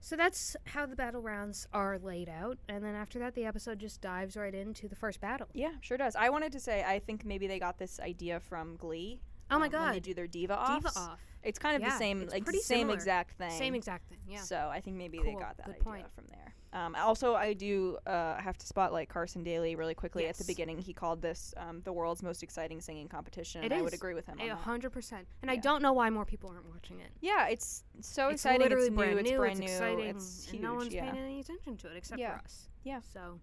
Speaker 2: So that's how the battle rounds are laid out, and then after that, the episode just dives right into the first battle.
Speaker 1: Yeah, sure does. I wanted to say I think maybe they got this idea from Glee.
Speaker 2: Oh my
Speaker 1: um, when they
Speaker 2: God.
Speaker 1: do their diva offs.
Speaker 2: Diva off,
Speaker 1: It's kind of
Speaker 2: Yeah,
Speaker 1: the same,
Speaker 2: it's
Speaker 1: like
Speaker 2: pretty
Speaker 1: same
Speaker 2: similar.
Speaker 1: exact thing.
Speaker 2: same exact thing. Yeah.
Speaker 1: So I think maybe they
Speaker 2: Cool,
Speaker 1: got that
Speaker 2: good
Speaker 1: idea
Speaker 2: point.
Speaker 1: from there. Um, also, I do uh, have to spotlight Carson Daly really quickly at the
Speaker 2: Yes.
Speaker 1: beginning. He called this um, the world's most exciting singing competition.
Speaker 2: It
Speaker 1: and I would
Speaker 2: is.
Speaker 1: agree with him. on
Speaker 2: A
Speaker 1: that.
Speaker 2: hundred percent, and I don't know why more people aren't watching it.
Speaker 1: Yeah, it's so
Speaker 2: It's
Speaker 1: exciting.
Speaker 2: literally
Speaker 1: it's new.
Speaker 2: brand
Speaker 1: it's
Speaker 2: new.
Speaker 1: brand
Speaker 2: it's
Speaker 1: new.
Speaker 2: exciting.
Speaker 1: It's huge.
Speaker 2: and no one's
Speaker 1: yeah.
Speaker 2: paying any attention to it except
Speaker 1: Yeah.
Speaker 2: for us.
Speaker 1: Yeah.
Speaker 2: So,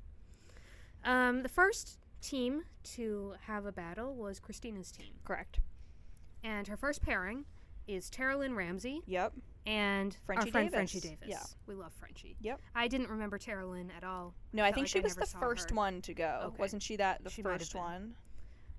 Speaker 2: um, the first team to have a battle was Christina's team,
Speaker 1: Correct.
Speaker 2: and her first pairing is Tara Lynn Ramsey
Speaker 1: Yep.
Speaker 2: and our
Speaker 1: Frenchie
Speaker 2: friend
Speaker 1: Davis.
Speaker 2: Frenchie Davis.
Speaker 1: Yeah.
Speaker 2: we love Frenchie.
Speaker 1: Yep.
Speaker 2: I didn't remember Tara Lynn at all.
Speaker 1: No, I
Speaker 2: Felt
Speaker 1: think
Speaker 2: like
Speaker 1: she
Speaker 2: I
Speaker 1: was
Speaker 2: never
Speaker 1: the
Speaker 2: saw
Speaker 1: first
Speaker 2: her.
Speaker 1: one to go.
Speaker 2: Okay.
Speaker 1: Wasn't she that the
Speaker 2: She might have
Speaker 1: first
Speaker 2: been.
Speaker 1: one?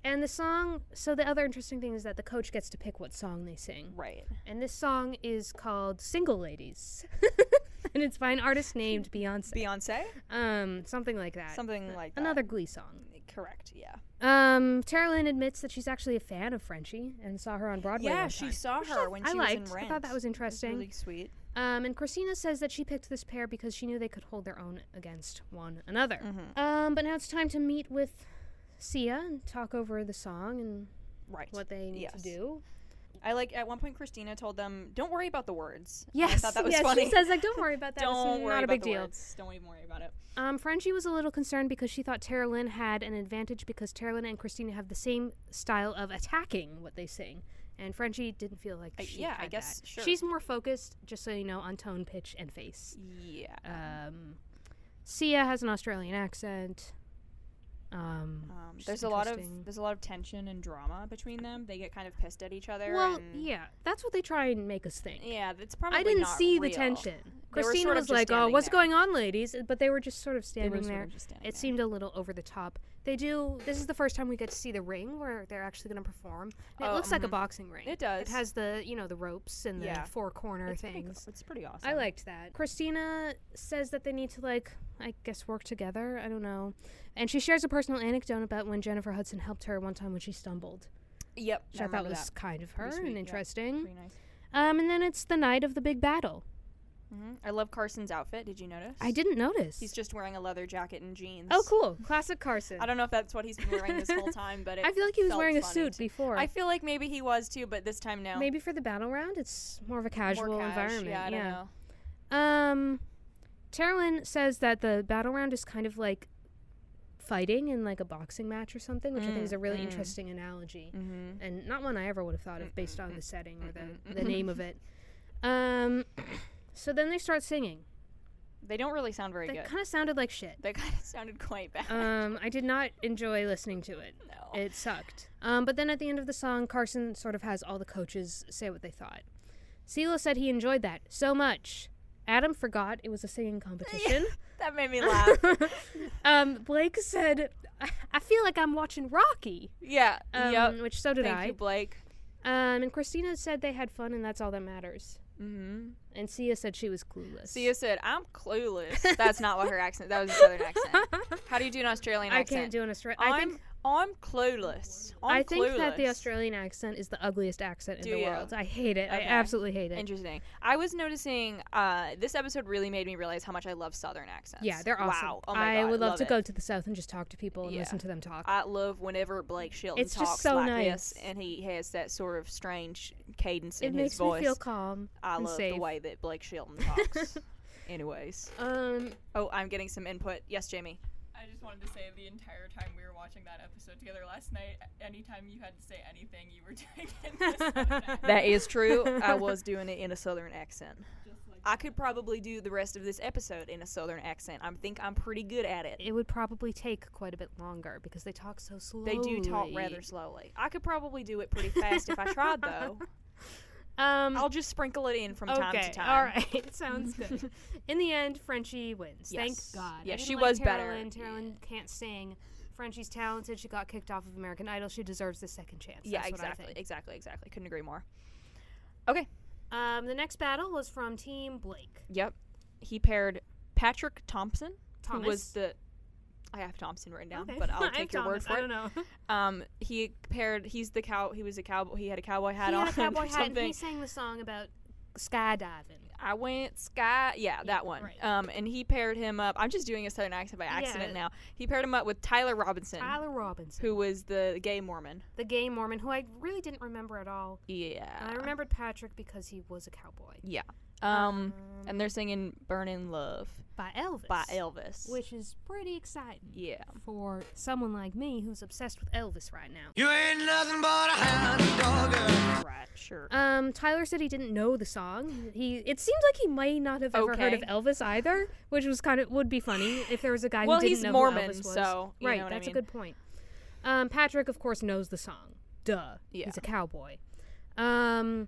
Speaker 2: And the song. So the other interesting thing is that the coach gets to pick what song they sing.
Speaker 1: Right.
Speaker 2: And this song is called "Single Ladies," and it's by an artist named Beyonce.
Speaker 1: Beyonce?
Speaker 2: um, something like that.
Speaker 1: Something like that.
Speaker 2: Another Glee song.
Speaker 1: Correct. Yeah.
Speaker 2: Um, Tara Lynn admits that she's actually a fan of Frenchie and saw her on Broadway.
Speaker 1: yeah,
Speaker 2: one
Speaker 1: she
Speaker 2: time.
Speaker 1: saw her when
Speaker 2: I
Speaker 1: she
Speaker 2: liked.
Speaker 1: was in
Speaker 2: I
Speaker 1: Rent.
Speaker 2: thought that was
Speaker 1: It
Speaker 2: interesting.
Speaker 1: really sweet.
Speaker 2: Um, and Christina says that she picked this pair because she knew they could hold their own against one another.
Speaker 1: Mm-hmm.
Speaker 2: Um, but now it's time to meet with Sia and talk over the song and
Speaker 1: Right.
Speaker 2: what they need to
Speaker 1: Yes.
Speaker 2: do.
Speaker 1: I like at one point Christina told them, "Don't worry about the words." And
Speaker 2: Yes,
Speaker 1: I thought that was
Speaker 2: yes.
Speaker 1: funny.
Speaker 2: She says like, "Don't worry about that.
Speaker 1: Don't
Speaker 2: it's
Speaker 1: worry
Speaker 2: not a
Speaker 1: about
Speaker 2: big
Speaker 1: the
Speaker 2: deal."
Speaker 1: words. Don't even worry about it.
Speaker 2: Um, Frenchie was a little concerned because she thought Tara Lynn had an advantage because Tara Lynn and Christina have the same style of attacking what they sing. And Frenchie didn't feel like
Speaker 1: I-
Speaker 2: she
Speaker 1: yeah, I
Speaker 2: had
Speaker 1: guess,
Speaker 2: that.
Speaker 1: sure.
Speaker 2: She's more focused, just so you know, on tone, pitch, and face.
Speaker 1: Yeah.
Speaker 2: Um, Sia has an Australian accent. Um,
Speaker 1: Um,
Speaker 2: Just
Speaker 1: there's a lot of
Speaker 2: interesting.
Speaker 1: there's a lot of tension and drama between them. They get kind of pissed at each other.
Speaker 2: well,
Speaker 1: and
Speaker 2: yeah, that's what they try and make us think.
Speaker 1: yeah, that's probably.
Speaker 2: I didn't
Speaker 1: not
Speaker 2: see the
Speaker 1: real.
Speaker 2: tension.
Speaker 1: were
Speaker 2: Christina
Speaker 1: sort of
Speaker 2: was
Speaker 1: just
Speaker 2: like, "Oh,
Speaker 1: standing
Speaker 2: what's
Speaker 1: there."
Speaker 2: going on, ladies?" But they were just sort of
Speaker 1: They
Speaker 2: standing
Speaker 1: were sort
Speaker 2: there.
Speaker 1: of just standing
Speaker 2: It
Speaker 1: there.
Speaker 2: seemed a little over the top. They do. This is the first time we get to see the ring where they're actually going to perform. And it
Speaker 1: Oh,
Speaker 2: looks like a
Speaker 1: mhm.
Speaker 2: boxing ring.
Speaker 1: It does.
Speaker 2: It has the you know the ropes and the
Speaker 1: Yeah.
Speaker 2: four corner
Speaker 1: it's pretty,
Speaker 2: things.
Speaker 1: cool. it's pretty awesome.
Speaker 2: I liked that. Christina says that they need to like I guess work together. I don't know. And she shares a personal anecdote about when Jennifer Hudson helped her one time when she stumbled,
Speaker 1: Yep,
Speaker 2: which I, thought
Speaker 1: remember
Speaker 2: was
Speaker 1: that.
Speaker 2: kind of her
Speaker 1: sweet,
Speaker 2: and
Speaker 1: yeah.
Speaker 2: interesting.
Speaker 1: pretty nice.
Speaker 2: Um, and then it's the night of the big battle.
Speaker 1: hmm I love Carson's outfit. Did you notice?
Speaker 2: I didn't notice.
Speaker 1: He's just wearing a leather jacket and jeans.
Speaker 2: Oh, cool. Classic Carson.
Speaker 1: I don't know if that's what he's been wearing this whole time, but it
Speaker 2: I feel like he was
Speaker 1: felt
Speaker 2: wearing a
Speaker 1: funny
Speaker 2: suit
Speaker 1: to-
Speaker 2: before.
Speaker 1: I feel like maybe he was too, but this time no.
Speaker 2: Maybe for the battle round, it's more of a casual
Speaker 1: More cash.
Speaker 2: environment.
Speaker 1: Yeah, I don't know.
Speaker 2: Um, Taryn says that the battle round is kind of like fighting in like a boxing match or something, which I think is a really interesting analogy
Speaker 1: Mm-hmm.
Speaker 2: and not one I ever would have thought of based on the setting or the, the name of it. Um, so then they start singing.
Speaker 1: They don't really sound very
Speaker 2: They
Speaker 1: good.
Speaker 2: kind of sounded like shit.
Speaker 1: They kind of sounded quite bad.
Speaker 2: Um, I did not enjoy listening to it.
Speaker 1: no.
Speaker 2: It sucked. Um, but then at the end of the song, Carson sort of has all the coaches say what they thought. Sela said he enjoyed that so much. Adam forgot it was a singing competition.
Speaker 1: that made me laugh.
Speaker 2: um, Blake said, "I- "I feel like I'm watching Rocky,"
Speaker 1: yeah.
Speaker 2: um,
Speaker 1: yep.
Speaker 2: which so did
Speaker 1: Thank
Speaker 2: I.
Speaker 1: you, Blake.
Speaker 2: um, and Christina said they had fun, and that's all that matters.
Speaker 1: Mm-hmm.
Speaker 2: And Sia said she was clueless.
Speaker 1: Sia said, "I'm clueless." That's not what her accent. That was a southern accent. How do you do an Australian
Speaker 2: I
Speaker 1: accent?
Speaker 2: can't do an Australian.
Speaker 1: I'm
Speaker 2: I think
Speaker 1: I'm clueless. I'm
Speaker 2: I think that the
Speaker 1: clueless.
Speaker 2: Australian accent is the ugliest accent
Speaker 1: Do
Speaker 2: in the
Speaker 1: ya?
Speaker 2: world. I hate it. I
Speaker 1: Okay.
Speaker 2: absolutely hate it.
Speaker 1: Interesting. I was noticing uh, this episode really made me realize how much I love Southern accents.
Speaker 2: Yeah, they're awesome.
Speaker 1: Wow. Oh my
Speaker 2: I
Speaker 1: God,
Speaker 2: would love, to
Speaker 1: it.
Speaker 2: go to the south and just talk to people and
Speaker 1: Yeah.
Speaker 2: listen to them talk.
Speaker 1: I love whenever Blake Shelton
Speaker 2: It's just
Speaker 1: talks
Speaker 2: so
Speaker 1: like
Speaker 2: nice.
Speaker 1: this, and he has that sort of strange cadence
Speaker 2: it
Speaker 1: in
Speaker 2: makes
Speaker 1: his voice.
Speaker 2: me feel calm.
Speaker 1: I
Speaker 2: and
Speaker 1: love
Speaker 2: safe.
Speaker 1: the way that Blake Shelton talks. Anyways,
Speaker 2: Um,
Speaker 1: oh, I'm getting some input. Yes, Jamie.
Speaker 3: I just wanted to say the entire time we were watching that episode together last night, anytime you had to say anything, you were doing it. in a Southern accent.
Speaker 1: That is true. I was doing it in a Southern accent.
Speaker 3: Just like
Speaker 1: I could probably do the rest of this episode in a Southern accent. I think I'm pretty good at it.
Speaker 2: it would probably take quite a bit longer because they talk so slowly.
Speaker 1: They do talk rather slowly. I could probably do it pretty fast if I tried, though.
Speaker 2: Um,
Speaker 1: I'll just sprinkle it in from time
Speaker 2: okay,
Speaker 1: to time.
Speaker 2: All right, sounds good. In the end, Frenchie wins.
Speaker 1: Yes.
Speaker 2: Thank God. I
Speaker 1: Yes,
Speaker 2: didn't
Speaker 1: she
Speaker 2: like
Speaker 1: was better.
Speaker 2: Carolyn. Carolyn can't sing. Frenchie's talented. She got kicked off of American Idol. She deserves the second chance.
Speaker 1: Yeah,
Speaker 2: That's what I
Speaker 1: exactly,
Speaker 2: think.
Speaker 1: exactly, exactly. Couldn't agree more.
Speaker 2: Um, the next battle was from Team Blake.
Speaker 1: Yep. He paired Patrick Thompson,
Speaker 2: Thomas
Speaker 1: who was the. I have Thompson written down,
Speaker 2: Okay.
Speaker 1: but I'll
Speaker 2: I'm
Speaker 1: take your
Speaker 2: Thomas.
Speaker 1: word for
Speaker 2: I
Speaker 1: it.
Speaker 2: don't know.
Speaker 1: Um, he paired. He's the cow. He was a cowboy. He had a cowboy hat
Speaker 2: he
Speaker 1: on.
Speaker 2: had a
Speaker 1: or
Speaker 2: cowboy hat and
Speaker 1: something.
Speaker 2: he sang the song about skydiving.
Speaker 1: I went sky. Yeah, that one.
Speaker 2: right.
Speaker 1: Um, and he paired him up. I'm just doing a southern accent by accident now. He paired him up with Tyler Robinson,
Speaker 2: Tyler Robinson,
Speaker 1: who was the gay Mormon.
Speaker 2: the gay Mormon, who I really didn't remember at all.
Speaker 1: Yeah.
Speaker 2: And I remembered Patrick because he was a cowboy.
Speaker 1: Yeah. Um, and they're singing "Burning Love"
Speaker 2: By Elvis.
Speaker 1: by Elvis.
Speaker 2: Which is pretty exciting
Speaker 1: yeah.
Speaker 2: for someone like me who's obsessed with Elvis right now.
Speaker 7: You ain't nothing but a hound dogger.
Speaker 1: Right. Sure.
Speaker 2: Um, Tyler said he didn't know the song. He it seemed like he might not have ever heard of
Speaker 1: Okay.
Speaker 2: Elvis either, which was kind of would be funny if there was a guy
Speaker 1: Well,
Speaker 2: who didn't
Speaker 1: he's
Speaker 2: know who
Speaker 1: Mormon,
Speaker 2: Elvis was.
Speaker 1: so, you
Speaker 2: right,
Speaker 1: know what I
Speaker 2: that's
Speaker 1: mean.
Speaker 2: a good point. Um, Patrick, of course, knows the song. Duh,
Speaker 1: Yeah.
Speaker 2: he's a cowboy. Um,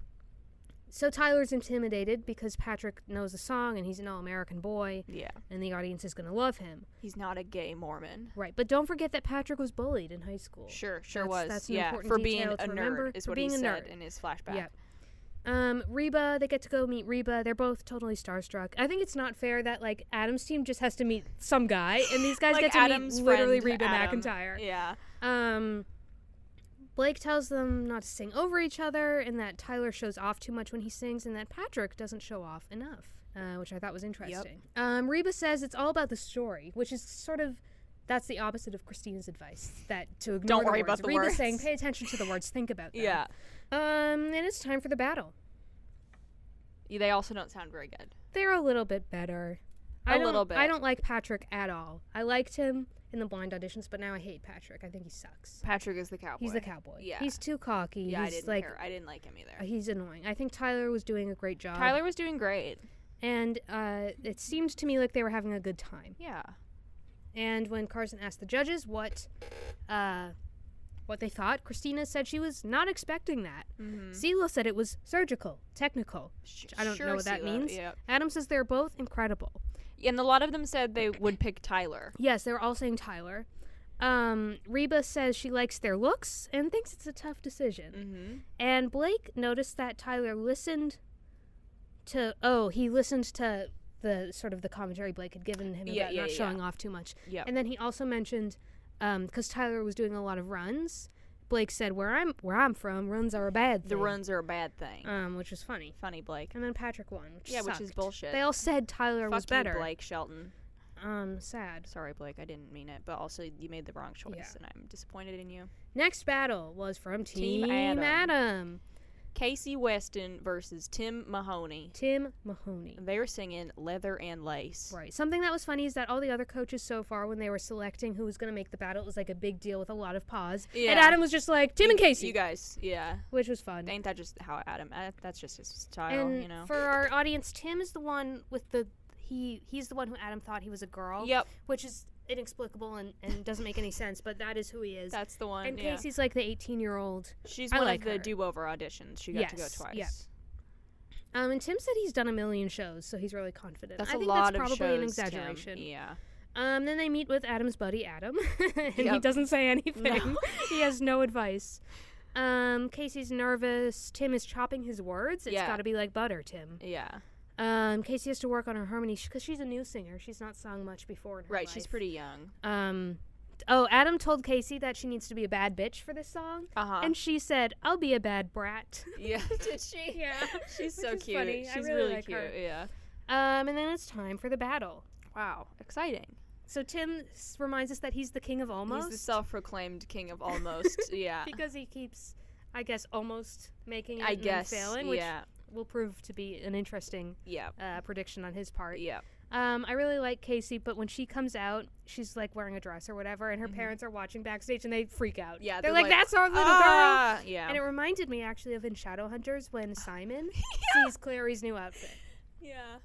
Speaker 2: so Tyler's intimidated because Patrick knows the song and he's an all-American boy,
Speaker 1: Yeah.
Speaker 2: and the audience is going to love him.
Speaker 1: He's not a gay Mormon.
Speaker 2: Right, but don't forget that Patrick was bullied in high school.
Speaker 1: Sure, sure
Speaker 2: That's-
Speaker 1: was.
Speaker 2: that's an
Speaker 1: yeah,
Speaker 2: important
Speaker 1: for being
Speaker 2: detail
Speaker 1: a
Speaker 2: to
Speaker 1: nerd
Speaker 2: remember,
Speaker 1: is
Speaker 2: for
Speaker 1: what
Speaker 2: being
Speaker 1: he
Speaker 2: a
Speaker 1: said
Speaker 2: nerd.
Speaker 1: in his flashback.
Speaker 2: Yeah. Um, Reba, they get to go meet Reba. They're both totally starstruck. I think it's not fair that like Adam's team just has to meet some guy, and these guys
Speaker 1: Like
Speaker 2: get to
Speaker 1: Adam's
Speaker 2: meet literally
Speaker 1: friend,
Speaker 2: Reba
Speaker 1: Adam.
Speaker 2: McIntyre.
Speaker 1: Yeah.
Speaker 2: Um, Blake tells them not to sing over each other, and that Tyler shows off too much when he sings, and that Patrick doesn't show off enough, uh, which I thought was interesting. Um, Reba says it's all about the story, which is sort of that's the opposite of Christina's advice that to ignore
Speaker 1: Don't
Speaker 2: the
Speaker 1: worry
Speaker 2: words.
Speaker 1: about the
Speaker 2: Reba's
Speaker 1: words.
Speaker 2: saying pay attention to the words, think about them.
Speaker 1: Yeah.
Speaker 2: Um, and it's time for the battle.
Speaker 1: Yeah, They also don't sound very good.
Speaker 2: They're a little bit better. I
Speaker 1: A
Speaker 2: don't-
Speaker 1: little bit.
Speaker 2: I don't like Patrick at all. I liked him in the blind auditions, but now I hate Patrick. I think he sucks.
Speaker 1: Patrick is the cowboy.
Speaker 2: He's the cowboy.
Speaker 1: Yeah.
Speaker 2: He's too cocky.
Speaker 1: Yeah,
Speaker 2: he's
Speaker 1: I didn't
Speaker 2: like
Speaker 1: care. I didn't like him either.
Speaker 2: he's annoying. I think Tyler was doing a great job.
Speaker 1: Tyler was doing great.
Speaker 2: and uh, it seemed to me like they were having a good time.
Speaker 1: Yeah.
Speaker 2: And when Carson asked the judges what uh, what they thought, Christina said she was not expecting that.
Speaker 1: Mm-hmm.
Speaker 2: Silo said it was surgical, technical. I don't know what that means. Adam says they're both incredible.
Speaker 1: And a lot of them said they would pick Tyler.
Speaker 2: Yes, they were all saying Tyler. Um, Reba says she likes their looks and thinks it's a tough decision.
Speaker 1: Mm-hmm.
Speaker 2: And Blake noticed that Tyler listened to oh, he listened to the sort of the commentary Blake had given him
Speaker 1: Yeah,
Speaker 2: about
Speaker 1: yeah,
Speaker 2: not
Speaker 1: yeah.
Speaker 2: showing off too much.
Speaker 1: Yep.
Speaker 2: And then he also mentioned because Tyler was doing a lot of runs. Blake said, "Where I'm where I'm from, runs are a bad thing."
Speaker 1: The runs are a bad thing.
Speaker 2: um, which was funny.
Speaker 1: Funny, Blake.
Speaker 2: And then Patrick won, which
Speaker 1: Yeah, which is
Speaker 2: sucked.
Speaker 1: bullshit.
Speaker 2: They all said Tyler
Speaker 1: Fuck
Speaker 2: was better.
Speaker 1: you, Blake Shelton.
Speaker 2: Um, sad.
Speaker 1: Sorry, Blake, I didn't mean it, but also you made the wrong choice,
Speaker 2: Yeah.
Speaker 1: and I'm disappointed in you.
Speaker 2: Next battle was from Team,
Speaker 1: Team Adam.
Speaker 2: Adam.
Speaker 1: Casey Weston versus Tim Mahoney.
Speaker 2: Tim Mahoney.
Speaker 1: They were singing Leather and Lace.
Speaker 2: Right. Something that was funny is that all the other coaches so far, when they were selecting who was going to make the battle, it was like a big deal with a lot of pause.
Speaker 1: Yeah.
Speaker 2: And Adam was just like, Tim and Casey,
Speaker 1: You guys, yeah.
Speaker 2: which was fun.
Speaker 1: Ain't that just how Adam, uh, that's just his style,
Speaker 2: and
Speaker 1: you know?
Speaker 2: for our audience, Tim is the one with the he he's the one who Adam thought he was a girl.
Speaker 1: yep,
Speaker 2: Which is inexplicable and, and doesn't make any sense, but that is who he is.
Speaker 1: that's the one.
Speaker 2: and
Speaker 1: yeah.
Speaker 2: Casey's like the 18 year old.
Speaker 1: She's
Speaker 2: I
Speaker 1: one
Speaker 2: like
Speaker 1: of the
Speaker 2: her.
Speaker 1: do-over auditions. She got to go
Speaker 2: Yes,
Speaker 1: twice.
Speaker 2: yep. Um, and Tim said he's done a million shows, so he's really confident.
Speaker 1: That's
Speaker 2: I
Speaker 1: a
Speaker 2: think
Speaker 1: lot
Speaker 2: that's probably
Speaker 1: of shows.
Speaker 2: an
Speaker 1: Tim.
Speaker 2: exaggeration.
Speaker 1: Yeah.
Speaker 2: Um, then they meet with Adam's buddy Adam, and he
Speaker 1: Yep.
Speaker 2: doesn't say anything. he has no advice. Um, Casey's nervous. Tim is chopping his words. It's
Speaker 1: Yeah.
Speaker 2: got to be like butter, Tim.
Speaker 1: Yeah.
Speaker 2: Um, Casey has to work on her harmony because she's a new singer. She's not sung much before. In her
Speaker 1: Right. She's
Speaker 2: life.
Speaker 1: pretty young.
Speaker 2: Um, oh, Adam told Casey that she needs to be a bad bitch for this song,
Speaker 1: Uh huh.
Speaker 2: and she said, "I'll be a bad brat."
Speaker 1: Yeah. Did she?
Speaker 2: yeah,
Speaker 1: She's so
Speaker 2: is
Speaker 1: cute.
Speaker 2: funny. I
Speaker 1: She's
Speaker 2: really
Speaker 1: really,
Speaker 2: like
Speaker 1: cute.
Speaker 2: her.
Speaker 1: Yeah.
Speaker 2: Um, and then it's time for the battle.
Speaker 1: Wow. Exciting.
Speaker 2: So Tim s- reminds us that he's the king of almost.
Speaker 1: He's the self-proclaimed king of almost. yeah.
Speaker 2: because he keeps, I guess, almost making it
Speaker 1: Uh, I
Speaker 2: and then
Speaker 1: guess.
Speaker 2: failing, which
Speaker 1: yeah.
Speaker 2: will prove to be an interesting
Speaker 1: Yeah.
Speaker 2: uh, prediction on his part.
Speaker 1: Yeah.
Speaker 2: Um, I really like Casey, but when she comes out, she's like wearing a dress or whatever, and her parents are watching backstage, and they freak out.
Speaker 1: Mm-hmm. Yeah, they're
Speaker 2: they're, like,
Speaker 1: like,
Speaker 2: "That's our little girl."
Speaker 1: Ah, Yeah.
Speaker 2: And it reminded me actually of in Shadowhunters when Simon sees Clary's new outfit.
Speaker 1: yeah.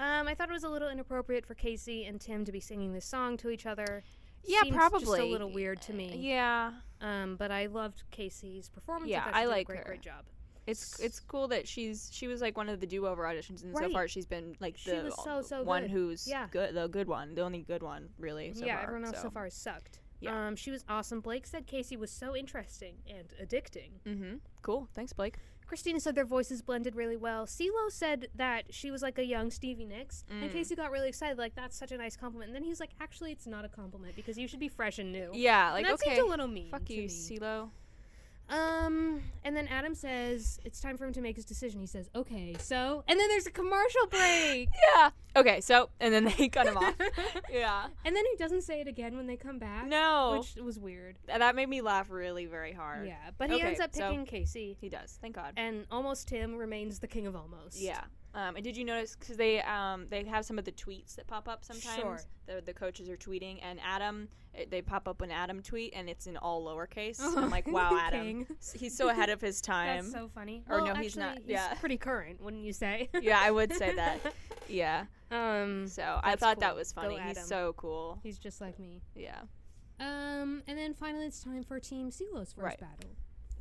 Speaker 2: Um, I thought it was a little inappropriate for Casey and Tim to be singing this song to each other.
Speaker 1: Yeah,
Speaker 2: Seems Just a
Speaker 1: probably. Uh,
Speaker 2: little weird to me.
Speaker 1: Yeah.
Speaker 2: Um, but I loved Casey's performance.
Speaker 1: Yeah,
Speaker 2: thought
Speaker 1: I
Speaker 2: she did a
Speaker 1: like
Speaker 2: great,
Speaker 1: her.
Speaker 2: Great job.
Speaker 1: It's it's cool that she's she was like one of the do over auditions, and
Speaker 2: Right.
Speaker 1: so far she's been like
Speaker 2: She
Speaker 1: the
Speaker 2: was so, so
Speaker 1: one
Speaker 2: good.
Speaker 1: who's
Speaker 2: Yeah.
Speaker 1: good, the good one, the only good one really. So
Speaker 2: yeah,
Speaker 1: far,
Speaker 2: everyone else so, far has sucked.
Speaker 1: Yeah.
Speaker 2: Um, she was awesome. Blake said Casey was so interesting and addicting.
Speaker 1: Mm-hmm. Cool. Thanks, Blake.
Speaker 2: Christina said their voices blended really well. CeeLo said that she was like a young Stevie Nicks, and
Speaker 1: Mm.
Speaker 2: Casey got really excited, like that's such a nice compliment. And then he was like, actually, it's not a compliment because you should be fresh and new.
Speaker 1: Yeah.
Speaker 2: And
Speaker 1: Like
Speaker 2: that
Speaker 1: okay.
Speaker 2: seemed a little mean.
Speaker 1: Fuck
Speaker 2: to
Speaker 1: you,
Speaker 2: me.
Speaker 1: CeeLo.
Speaker 2: Um, and then Adam says it's time for him to make his decision. He says, "Okay, so," and then there's a commercial break.
Speaker 1: Yeah. Okay. So and then they cut him off. yeah.
Speaker 2: And then he doesn't say it again when they come back.
Speaker 1: No.
Speaker 2: Which was weird.
Speaker 1: And that made me laugh really very hard.
Speaker 2: Yeah. But he
Speaker 1: Okay,
Speaker 2: ends up
Speaker 1: so-
Speaker 2: picking Casey.
Speaker 1: He does. Thank God.
Speaker 2: And almost Tim remains the king of almost.
Speaker 1: Yeah. Um, and did you notice because they um, they have some of the tweets that pop up sometimes?
Speaker 2: Sure.
Speaker 1: The, the coaches are tweeting, and Adam it- they pop up an Adam tweet, and it's in all lowercase. And I'm like, wow, Adam,
Speaker 2: King.
Speaker 1: S- he's so ahead of his time.
Speaker 2: That's so funny.
Speaker 1: Or
Speaker 2: well,
Speaker 1: no,
Speaker 2: actually,
Speaker 1: he's not. Yeah.
Speaker 2: pretty current, wouldn't you say?
Speaker 1: yeah, I would say that. Yeah.
Speaker 2: um,
Speaker 1: So I thought that
Speaker 2: cool.
Speaker 1: was
Speaker 2: Go
Speaker 1: funny. he's
Speaker 2: Adam.
Speaker 1: so cool.
Speaker 2: he's just like me.
Speaker 1: Yeah.
Speaker 2: Um, and then finally it's time for Team CeeLo's first
Speaker 1: Right.
Speaker 2: battle.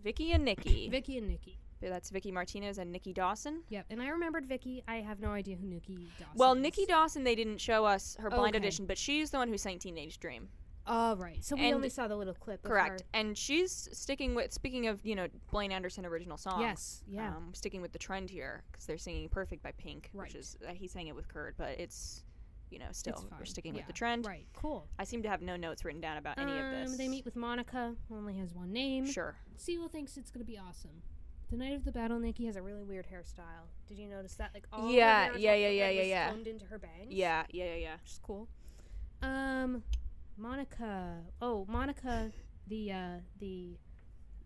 Speaker 1: Vicky and Nikki.
Speaker 2: Vicky and Nikki.
Speaker 1: That's Vicky Martinez and Nikki Dawson.
Speaker 2: Yep. And I remembered Vicky. I have no idea who Nikki Dawson
Speaker 1: Well,
Speaker 2: is.
Speaker 1: Nikki Dawson, they didn't show us her blind
Speaker 2: Okay.
Speaker 1: audition, but she's the one who sang Teenage Dream.
Speaker 2: All right. So we
Speaker 1: And-
Speaker 2: only saw the little clip. of
Speaker 1: Correct. And she's sticking with, speaking of, you know, Blaine Anderson original songs.
Speaker 2: her- Yes. Yeah.
Speaker 1: Um, sticking with the trend here because they're singing Perfect by Pink,
Speaker 2: Right.
Speaker 1: which is, uh, he sang it with Kurt, but it's, you know, still,
Speaker 2: fine,
Speaker 1: we're sticking
Speaker 2: yeah,
Speaker 1: with the trend.
Speaker 2: right. Cool.
Speaker 1: I seem to have no notes written down about Um, any of
Speaker 2: Um,
Speaker 1: this.
Speaker 2: They meet with Monica, who only has one name.
Speaker 1: Sure.
Speaker 2: Sewell thinks it's going to be awesome. The night of the battle, Nikki has a really weird hairstyle. Did you notice that? Like
Speaker 1: Yeah,
Speaker 2: all the hair on
Speaker 1: yeah,
Speaker 2: top of
Speaker 1: yeah,
Speaker 2: her
Speaker 1: yeah,
Speaker 2: head
Speaker 1: yeah,
Speaker 2: was
Speaker 1: yeah.
Speaker 2: combed into her bangs.
Speaker 1: Yeah, yeah, yeah, yeah.
Speaker 2: which is cool. Um, Monica. Oh, Monica, the uh, the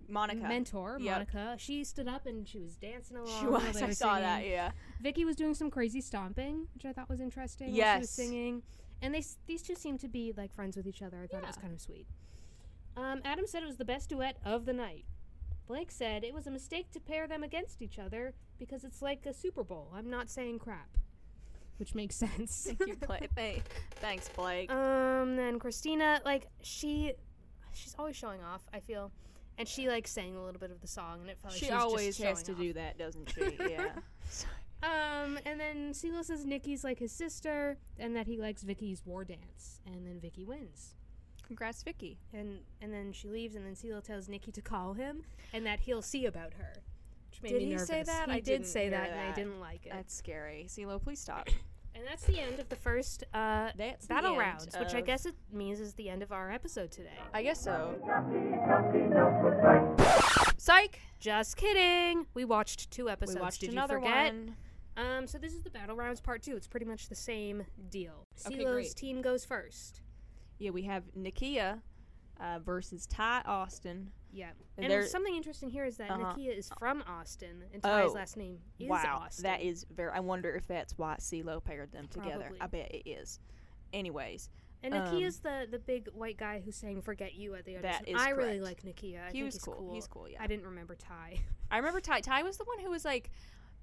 Speaker 1: Monica.
Speaker 2: mentor,
Speaker 1: Yep.
Speaker 2: Monica. She stood up and she was dancing along.
Speaker 1: she
Speaker 2: while
Speaker 1: was.
Speaker 2: they
Speaker 1: I
Speaker 2: were
Speaker 1: saw that,
Speaker 2: singing.
Speaker 1: yeah.
Speaker 2: Vicky was doing some crazy stomping, which I thought was interesting. while she was
Speaker 1: Yes.
Speaker 2: singing, and they s- these two seemed to be like friends with each other. I thought it was
Speaker 1: Yeah.
Speaker 2: kind of sweet. Um, Adam said it was the best duet of the night. Blake said it was a mistake to pair them against each other because it's like a Super Bowl. I'm not saying crap. which makes sense.
Speaker 1: Thank you, Blake. Oh, Hey, Thanks, Blake.
Speaker 2: Um, then Christina, like she, she's always showing off. I feel, and she like sang a little bit of the song, and it felt like
Speaker 1: she
Speaker 2: she's
Speaker 1: always
Speaker 2: just
Speaker 1: has to
Speaker 2: showing
Speaker 1: do that, doesn't she? Yeah.
Speaker 2: off. Um, and then Siegel says Nikki's like his sister, and that he likes Vicky's war dance, and then Vicky wins,
Speaker 1: Congrats, Vicky.
Speaker 2: and and then she leaves, and then Siegel tells Nikki to call him, and that he'll see about her. Which made
Speaker 1: Did
Speaker 2: me
Speaker 1: he say
Speaker 2: nervous.
Speaker 1: that? I
Speaker 2: He did
Speaker 1: didn't
Speaker 2: say
Speaker 1: hear
Speaker 2: that, and I
Speaker 1: that.
Speaker 2: didn't like it.
Speaker 1: That's scary. CeeLo, please stop.
Speaker 2: and that's the end of the first uh,
Speaker 1: That's the
Speaker 2: battle
Speaker 1: end
Speaker 2: rounds, which I
Speaker 1: of-
Speaker 2: guess it means is the end of our episode today.
Speaker 1: I guess so.
Speaker 4: Right.
Speaker 1: Psych.
Speaker 2: Just kidding. We watched two episodes.
Speaker 1: We watched
Speaker 2: Did you
Speaker 1: another
Speaker 2: forget?
Speaker 1: one.
Speaker 2: Um, so this is the battle rounds part two. It's pretty much the same deal.
Speaker 1: Okay,
Speaker 2: CeeLo's
Speaker 1: great.
Speaker 2: team goes first.
Speaker 1: Yeah, we have Nikia uh, versus Ty Austin.
Speaker 2: Yeah,
Speaker 1: And
Speaker 2: and,
Speaker 1: there-
Speaker 2: something interesting here is that
Speaker 1: Uh-huh.
Speaker 2: Nakia is from Austin, and Ty's
Speaker 1: Oh.
Speaker 2: last name is
Speaker 1: wow,
Speaker 2: Austin.
Speaker 1: that is very. I wonder if that's why CeeLo paired them together. I
Speaker 2: Probably.
Speaker 1: bet it is. Anyways,
Speaker 2: and
Speaker 1: um,
Speaker 2: Nakia's the the big white guy who sang "Forget You" at the audition.
Speaker 1: That is
Speaker 2: I really like
Speaker 1: correct.
Speaker 2: Nakia. I
Speaker 1: he
Speaker 2: think
Speaker 1: was
Speaker 2: he's
Speaker 1: cool.
Speaker 2: cool.
Speaker 1: He's cool. Yeah,
Speaker 2: I didn't remember Ty.
Speaker 1: I remember Ty. Ty was the one who was like,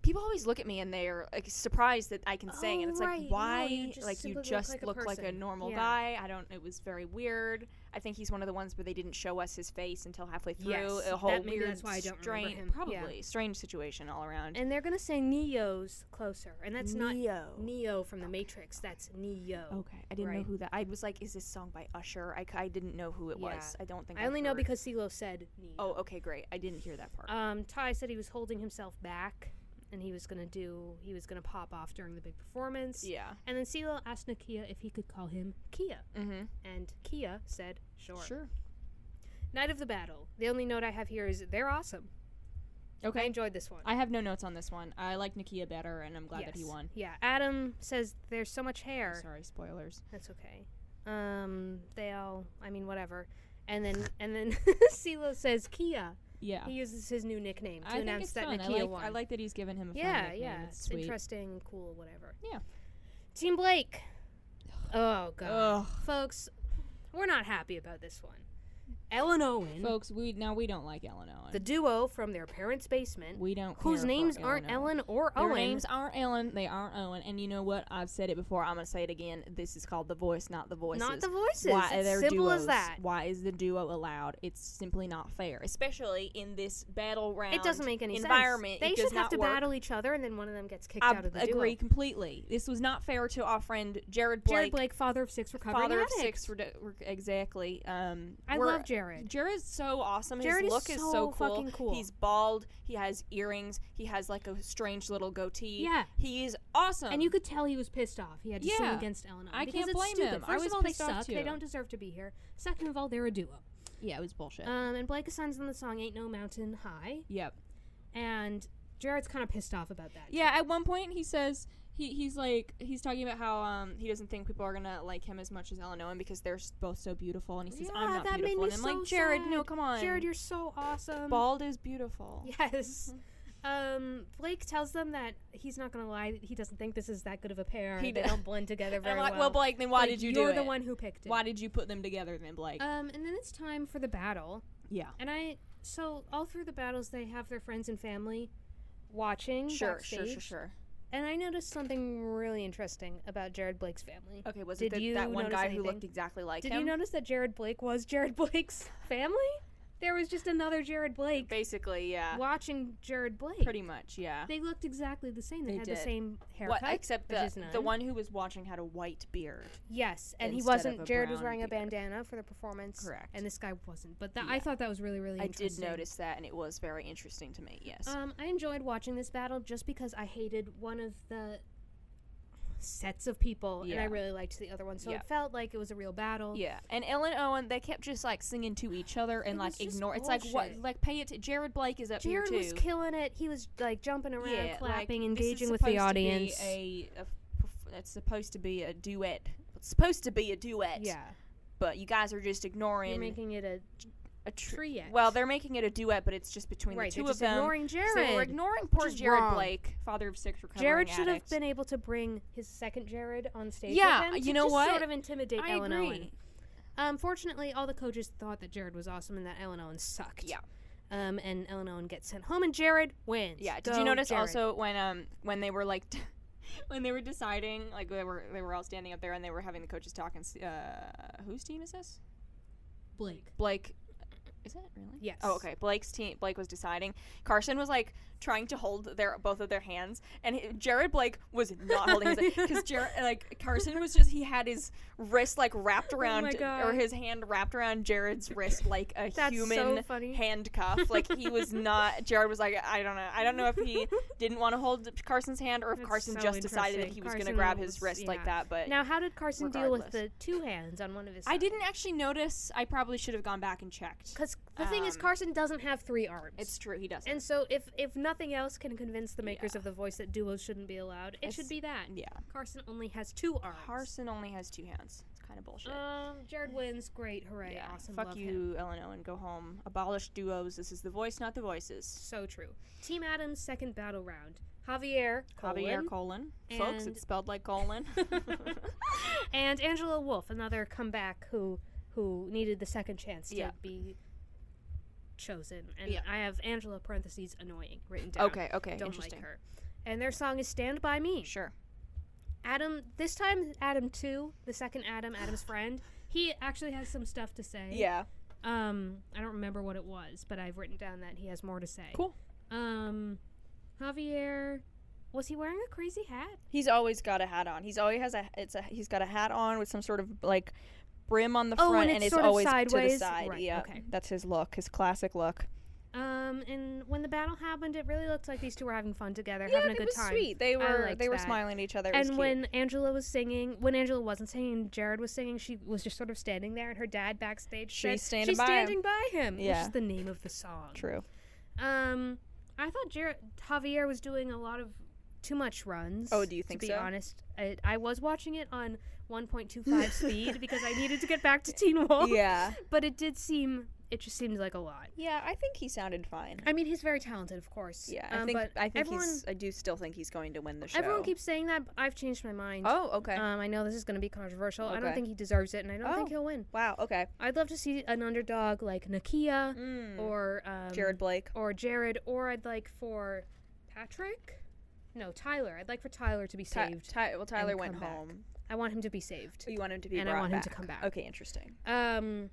Speaker 1: people always look at me and they're like surprised that I can sing, and
Speaker 2: Oh,
Speaker 1: it's
Speaker 2: right. No,
Speaker 1: like,
Speaker 2: you
Speaker 1: why?
Speaker 2: just
Speaker 1: like you
Speaker 2: simply look
Speaker 1: just
Speaker 2: like a
Speaker 1: look like a
Speaker 2: person.
Speaker 1: normal
Speaker 2: Yeah.
Speaker 1: guy. I don't. It was very weird. I think he's one of the ones where they didn't show us his face until halfway through.
Speaker 2: Yes,
Speaker 1: a whole
Speaker 2: that- maybe
Speaker 1: weird,
Speaker 2: that's why I don't remember
Speaker 1: strange,
Speaker 2: him.
Speaker 1: probably
Speaker 2: Yeah.
Speaker 1: strange situation all around.
Speaker 2: and they're gonna say Neo's closer, and that's
Speaker 1: Neo. Oh,
Speaker 2: not Neo from the Matrix. That's Neo.
Speaker 1: Okay, I didn't know
Speaker 2: Right.
Speaker 1: who that. I was like, is this song by Usher? I, c- I didn't know who it
Speaker 2: Yeah.
Speaker 1: was. I don't think
Speaker 2: I only know
Speaker 1: heard-
Speaker 2: because CeeLo said Neo.
Speaker 1: Oh, okay, great. I didn't hear that part.
Speaker 2: Um, Ty said he was holding himself back, and he was gonna do he was gonna pop off during the big performance.
Speaker 1: yeah.
Speaker 2: And then CeeLo asked Nakia if he could call him Kia,
Speaker 1: Mm-hmm.
Speaker 2: and Kia said, "Sure."
Speaker 1: Sure.
Speaker 2: Night of the battle. The only note I have here is they're awesome. I
Speaker 1: Okay.
Speaker 2: enjoyed this one.
Speaker 1: I have no notes on this one. I like Nikia better, and I'm glad that he
Speaker 2: Yes.
Speaker 1: won.
Speaker 2: Yeah, Adam says there's so much hair.
Speaker 1: Sorry, spoilers.
Speaker 2: That's okay. Um, they all. I mean, whatever. And then and then CeeLo says Kia.
Speaker 1: Yeah.
Speaker 2: He uses his new nickname to
Speaker 1: I think
Speaker 2: announce
Speaker 1: it's
Speaker 2: that
Speaker 1: fun.
Speaker 2: Nakia
Speaker 1: I like,
Speaker 2: won.
Speaker 1: I like that he's given him a fun
Speaker 2: Yeah,
Speaker 1: nickname.
Speaker 2: yeah.
Speaker 1: It's
Speaker 2: It's
Speaker 1: sweet.
Speaker 2: interesting, cool, whatever.
Speaker 1: Yeah.
Speaker 2: Team Blake. Oh god.
Speaker 1: Ugh.
Speaker 2: Folks, we're not happy about this one. Ellen Owen,
Speaker 1: Folks, we now we don't like Ellen Owen.
Speaker 2: the duo from their parents' basement,
Speaker 1: we don't. care
Speaker 2: whose
Speaker 1: for
Speaker 2: names aren't
Speaker 1: Owen.
Speaker 2: Ellen or
Speaker 1: Their
Speaker 2: Owen.
Speaker 1: names aren't Ellen. They aren't Owen. And you know what? I've said it before. I'm gonna say it again. This is called the voice, not the voices.
Speaker 2: Not the voices.
Speaker 1: Why
Speaker 2: it's
Speaker 1: they're
Speaker 2: simple
Speaker 1: duos.
Speaker 2: as that.
Speaker 1: Why is the duo allowed? It's simply not fair, especially in this battle round.
Speaker 2: It doesn't make any
Speaker 1: environment.
Speaker 2: sense. They
Speaker 1: it
Speaker 2: should
Speaker 1: does
Speaker 2: have
Speaker 1: not
Speaker 2: to
Speaker 1: work.
Speaker 2: battle each other, and then one of them gets kicked
Speaker 1: I
Speaker 2: out of the
Speaker 1: agree
Speaker 2: duo.
Speaker 1: completely. This was not fair to our friend Jared Blake.
Speaker 2: Jared Blake, father of six, recovering
Speaker 1: father
Speaker 2: addict.
Speaker 1: of six, re- re- exactly. Um,
Speaker 2: I
Speaker 1: we're-
Speaker 2: love Jared.
Speaker 1: Jared's so awesome.
Speaker 2: Jared
Speaker 1: His
Speaker 2: is
Speaker 1: look is so,
Speaker 2: so
Speaker 1: cool.
Speaker 2: fucking cool.
Speaker 1: He's bald. He has earrings. He has like a strange little goatee.
Speaker 2: Yeah.
Speaker 1: he is awesome.
Speaker 2: And you could tell he was pissed off. He had to sing
Speaker 1: Yeah.
Speaker 2: against Ellen.
Speaker 1: I
Speaker 2: because
Speaker 1: can't
Speaker 2: it's
Speaker 1: blame
Speaker 2: stupid.
Speaker 1: him. I
Speaker 2: First
Speaker 1: was
Speaker 2: of all, they
Speaker 1: pissed off
Speaker 2: suck. They
Speaker 1: too.
Speaker 2: don't deserve to be here. Second of all, they're a duo.
Speaker 1: yeah, it was bullshit.
Speaker 2: Um, and Blake assigns them the song "Ain't No Mountain High,"
Speaker 1: yep.
Speaker 2: and Jared's kind of pissed off about that.
Speaker 1: Yeah, at one point he says he, he's like he's talking about how um he doesn't think people are gonna like him as much as Ellen Owen because they're s- both so beautiful, and he says I'm
Speaker 2: Yeah,
Speaker 1: not
Speaker 2: that made
Speaker 1: beautiful,
Speaker 2: me
Speaker 1: and I'm
Speaker 2: so
Speaker 1: like Jared, no,
Speaker 2: sad.
Speaker 1: come on,
Speaker 2: Jared, you're so awesome.
Speaker 1: bald is beautiful. Mm-hmm.
Speaker 2: Yes. Um, Blake tells them that he's not gonna lie. that He doesn't think this is that good of a pair.
Speaker 1: He
Speaker 2: He they
Speaker 1: d-
Speaker 2: don't blend together
Speaker 1: And
Speaker 2: very
Speaker 1: I'm like,
Speaker 2: well.
Speaker 1: well, Blake, then why
Speaker 2: Blake,
Speaker 1: did you
Speaker 2: you're
Speaker 1: do
Speaker 2: the
Speaker 1: it?
Speaker 2: one who picked it.
Speaker 1: why did you put them together then, Blake?
Speaker 2: Um, and then it's time for the battle.
Speaker 1: yeah,
Speaker 2: And I, so all through the battles, they have their friends and family watching.
Speaker 1: sure,
Speaker 2: backstage.
Speaker 1: sure, sure, sure.
Speaker 2: And I noticed something really interesting about Jared Blake's family.
Speaker 1: Okay, was
Speaker 2: Did
Speaker 1: it the,
Speaker 2: you
Speaker 1: that one
Speaker 2: notice
Speaker 1: guy who
Speaker 2: anything?
Speaker 1: looked exactly like
Speaker 2: Did
Speaker 1: him?
Speaker 2: you notice that Jared Blake was Jared Blake's family? There was just another Jared Blake
Speaker 1: Basically, yeah,
Speaker 2: watching Jared Blake.
Speaker 1: pretty much, yeah.
Speaker 2: They looked exactly the same. They,
Speaker 1: They
Speaker 2: had
Speaker 1: did.
Speaker 2: the same haircut.
Speaker 1: What, except
Speaker 2: which
Speaker 1: the
Speaker 2: is
Speaker 1: the
Speaker 2: none.
Speaker 1: one who was watching had a white beard.
Speaker 2: Yes, and he
Speaker 1: instead of
Speaker 2: wasn't.
Speaker 1: a
Speaker 2: Jared was
Speaker 1: brown
Speaker 2: wearing a
Speaker 1: beard.
Speaker 2: bandana for the performance.
Speaker 1: Correct.
Speaker 2: And this guy wasn't. But that, I thought that was really, really
Speaker 1: I did
Speaker 2: interesting.
Speaker 1: notice that, and it was very interesting to me. Yes.
Speaker 2: Um, I enjoyed watching this battle just because I hated one of the sets of people, and I
Speaker 1: Yeah.
Speaker 2: really liked the other one. So
Speaker 1: Yeah.
Speaker 2: it felt like it was a real battle.
Speaker 1: Yeah, and Ellen Owen, they kept just like singing to each other and
Speaker 2: It was
Speaker 1: like
Speaker 2: just
Speaker 1: ignore. It's like what,
Speaker 2: bullshit.
Speaker 1: like pay it. to- Jared Blake is up
Speaker 2: Jared
Speaker 1: here too.
Speaker 2: was killing it. He was like jumping around,
Speaker 1: yeah, like,
Speaker 2: clapping,
Speaker 1: this is
Speaker 2: engaging with the
Speaker 1: supposed to be
Speaker 2: audience.
Speaker 1: A, a perf- it's supposed to be a duet. It's supposed to be a duet.
Speaker 2: yeah,
Speaker 1: but you guys are just ignoring
Speaker 2: you're making it a
Speaker 1: a tr-
Speaker 2: triet.
Speaker 1: Well, they're making it a duet, but it's just between
Speaker 2: right.
Speaker 1: the two of
Speaker 2: they're just
Speaker 1: them.
Speaker 2: ignoring Jared.
Speaker 1: So we're ignoring poor
Speaker 2: is
Speaker 1: Jared
Speaker 2: wrong.
Speaker 1: Blake, father of six recovering
Speaker 2: Jared should have
Speaker 1: addicts.
Speaker 2: been able to bring his second Jared on stage.
Speaker 1: Yeah,
Speaker 2: with him to
Speaker 1: you know
Speaker 2: just
Speaker 1: what?
Speaker 2: Sort of intimidate
Speaker 1: I
Speaker 2: Ellen
Speaker 1: agree.
Speaker 2: Owen. Um, fortunately, all the coaches thought that Jared was awesome and that Ellen Owen sucked.
Speaker 1: Yeah.
Speaker 2: Um, and Ellen Owen gets sent home, and Jared wins.
Speaker 1: Yeah. Did
Speaker 2: Go,
Speaker 1: you notice
Speaker 2: Jared.
Speaker 1: also when um when they were like when they were deciding, like they were they were all standing up there and they were having the coaches talk and s- uh, whose team is this?
Speaker 2: Blake.
Speaker 1: Blake. Is it really?
Speaker 2: Yes.
Speaker 1: Oh, okay. Blake's team. Blake was deciding. Carson was like trying to hold their both of their hands, and he- Jared Blake was not holding his because Jared like Carson was just he had his wrist like wrapped around
Speaker 6: Oh my
Speaker 1: or
Speaker 6: God.
Speaker 1: his hand wrapped around Jared's wrist like a
Speaker 6: That's
Speaker 1: human
Speaker 6: so funny.
Speaker 1: handcuff. Like he was not. Jared was like I don't know. I don't know if he didn't want to hold Carson's hand or if
Speaker 6: That's
Speaker 1: Carson
Speaker 6: so
Speaker 1: just decided that
Speaker 6: interesting.
Speaker 1: he was going to
Speaker 6: Carson
Speaker 1: grab his
Speaker 6: was-
Speaker 1: wrist like
Speaker 6: yeah.
Speaker 1: that. But
Speaker 2: Now, how did Carson deal with the
Speaker 1: Regardless.
Speaker 2: two hands on one of his?
Speaker 1: I didn't actually notice. I probably should have gone back and checked.
Speaker 2: Because the thing is,
Speaker 1: Um,
Speaker 2: Carson doesn't have three arms.
Speaker 1: It's true. He doesn't.
Speaker 2: and so if if nothing else can convince the makers of the voice that duos shouldn't be allowed, it should
Speaker 1: It's-
Speaker 2: be that.
Speaker 1: yeah.
Speaker 2: Carson only has two arms.
Speaker 1: Carson only has two hands. It's kind of bullshit.
Speaker 2: Um, Jared wins. Great, hooray,
Speaker 1: yeah.
Speaker 2: awesome.
Speaker 1: Fuck
Speaker 2: love
Speaker 1: you,
Speaker 2: him.
Speaker 1: Ellen Owen. Go home. Abolish duos. This is the voice, not the voices.
Speaker 2: So true. Team Adams second battle round. Javier,
Speaker 1: Javier
Speaker 2: colon,
Speaker 1: colon. Folks,
Speaker 2: And-
Speaker 1: it's spelled like colon.
Speaker 2: and Angela Wolf, another comeback who who needed the second chance to
Speaker 1: Yeah.
Speaker 2: be chosen. And
Speaker 1: Yeah.
Speaker 2: I have Angela parentheses annoying written down.
Speaker 1: okay. Okay.
Speaker 2: don't like
Speaker 1: interesting.
Speaker 2: her. And their song is "Stand by Me."
Speaker 1: Sure.
Speaker 2: Adam, this time Adam two, the second Adam, Adam's friend. He actually has some stuff to say.
Speaker 1: Yeah.
Speaker 2: Um, I don't remember what it was, but I've written down that he has more to say.
Speaker 1: Cool.
Speaker 2: Um, Javier, was he wearing a crazy hat?
Speaker 1: He's always got a hat on. He's always has a. It's a. He's got a hat on with some sort of like brim on the
Speaker 2: Oh, and
Speaker 1: front,
Speaker 2: it's
Speaker 1: and it's,
Speaker 2: sort of
Speaker 1: always to the
Speaker 2: sideways?
Speaker 1: side.
Speaker 2: Right,
Speaker 1: yeah.
Speaker 2: okay.
Speaker 1: That's his look. His classic look.
Speaker 2: Um, and when the battle happened, it really looked like these two were having fun together, having a
Speaker 1: it
Speaker 2: good
Speaker 1: was
Speaker 2: time.
Speaker 1: sweet. They were.
Speaker 2: liked
Speaker 1: They were
Speaker 2: that.
Speaker 1: smiling at each other. It was cute.
Speaker 2: And when Angela was singing, when Angela wasn't singing, Jared was singing. She was just sort of standing there, and her dad backstage
Speaker 1: She's
Speaker 2: said,
Speaker 1: standing
Speaker 2: "She's
Speaker 1: by him."
Speaker 2: standing by him."
Speaker 1: Yeah.
Speaker 2: which is the name of the song.
Speaker 1: True.
Speaker 2: Um, I thought Jared Javier was doing a lot of too much runs.
Speaker 1: Oh, do you think
Speaker 2: to be
Speaker 1: so?
Speaker 2: honest, I, I was watching it on 1.25 speed because I needed to get back to Teen Wolf.
Speaker 1: Yeah.
Speaker 2: but it did seem it just seemed like a lot.
Speaker 1: Yeah. I think he sounded fine.
Speaker 2: I mean, he's very talented, of course.
Speaker 1: Yeah, I
Speaker 2: um,
Speaker 1: think
Speaker 2: but
Speaker 1: I think
Speaker 2: everyone
Speaker 1: he's. I do still think he's going to win the show.
Speaker 2: everyone keeps saying that. But I've changed my mind.
Speaker 1: Oh, okay.
Speaker 2: Um, I know this is going to be controversial. I
Speaker 1: Okay.
Speaker 2: don't think he deserves it, and I don't think
Speaker 1: Oh.
Speaker 2: he'll win.
Speaker 1: wow. Okay.
Speaker 2: I'd love to see an underdog like Nakia
Speaker 1: Mm.
Speaker 2: or um,
Speaker 1: Jared Blake.
Speaker 2: or Jared, or I'd like for Patrick. No, Tyler. I'd like for Tyler to be
Speaker 1: Ty-
Speaker 2: saved.
Speaker 1: Ty- well, Tyler
Speaker 2: and
Speaker 1: went
Speaker 2: come back.
Speaker 1: home.
Speaker 2: I want him to be saved.
Speaker 1: You want him to be
Speaker 2: And I
Speaker 1: brought
Speaker 2: want him to come back.
Speaker 1: Okay, interesting.
Speaker 2: Um,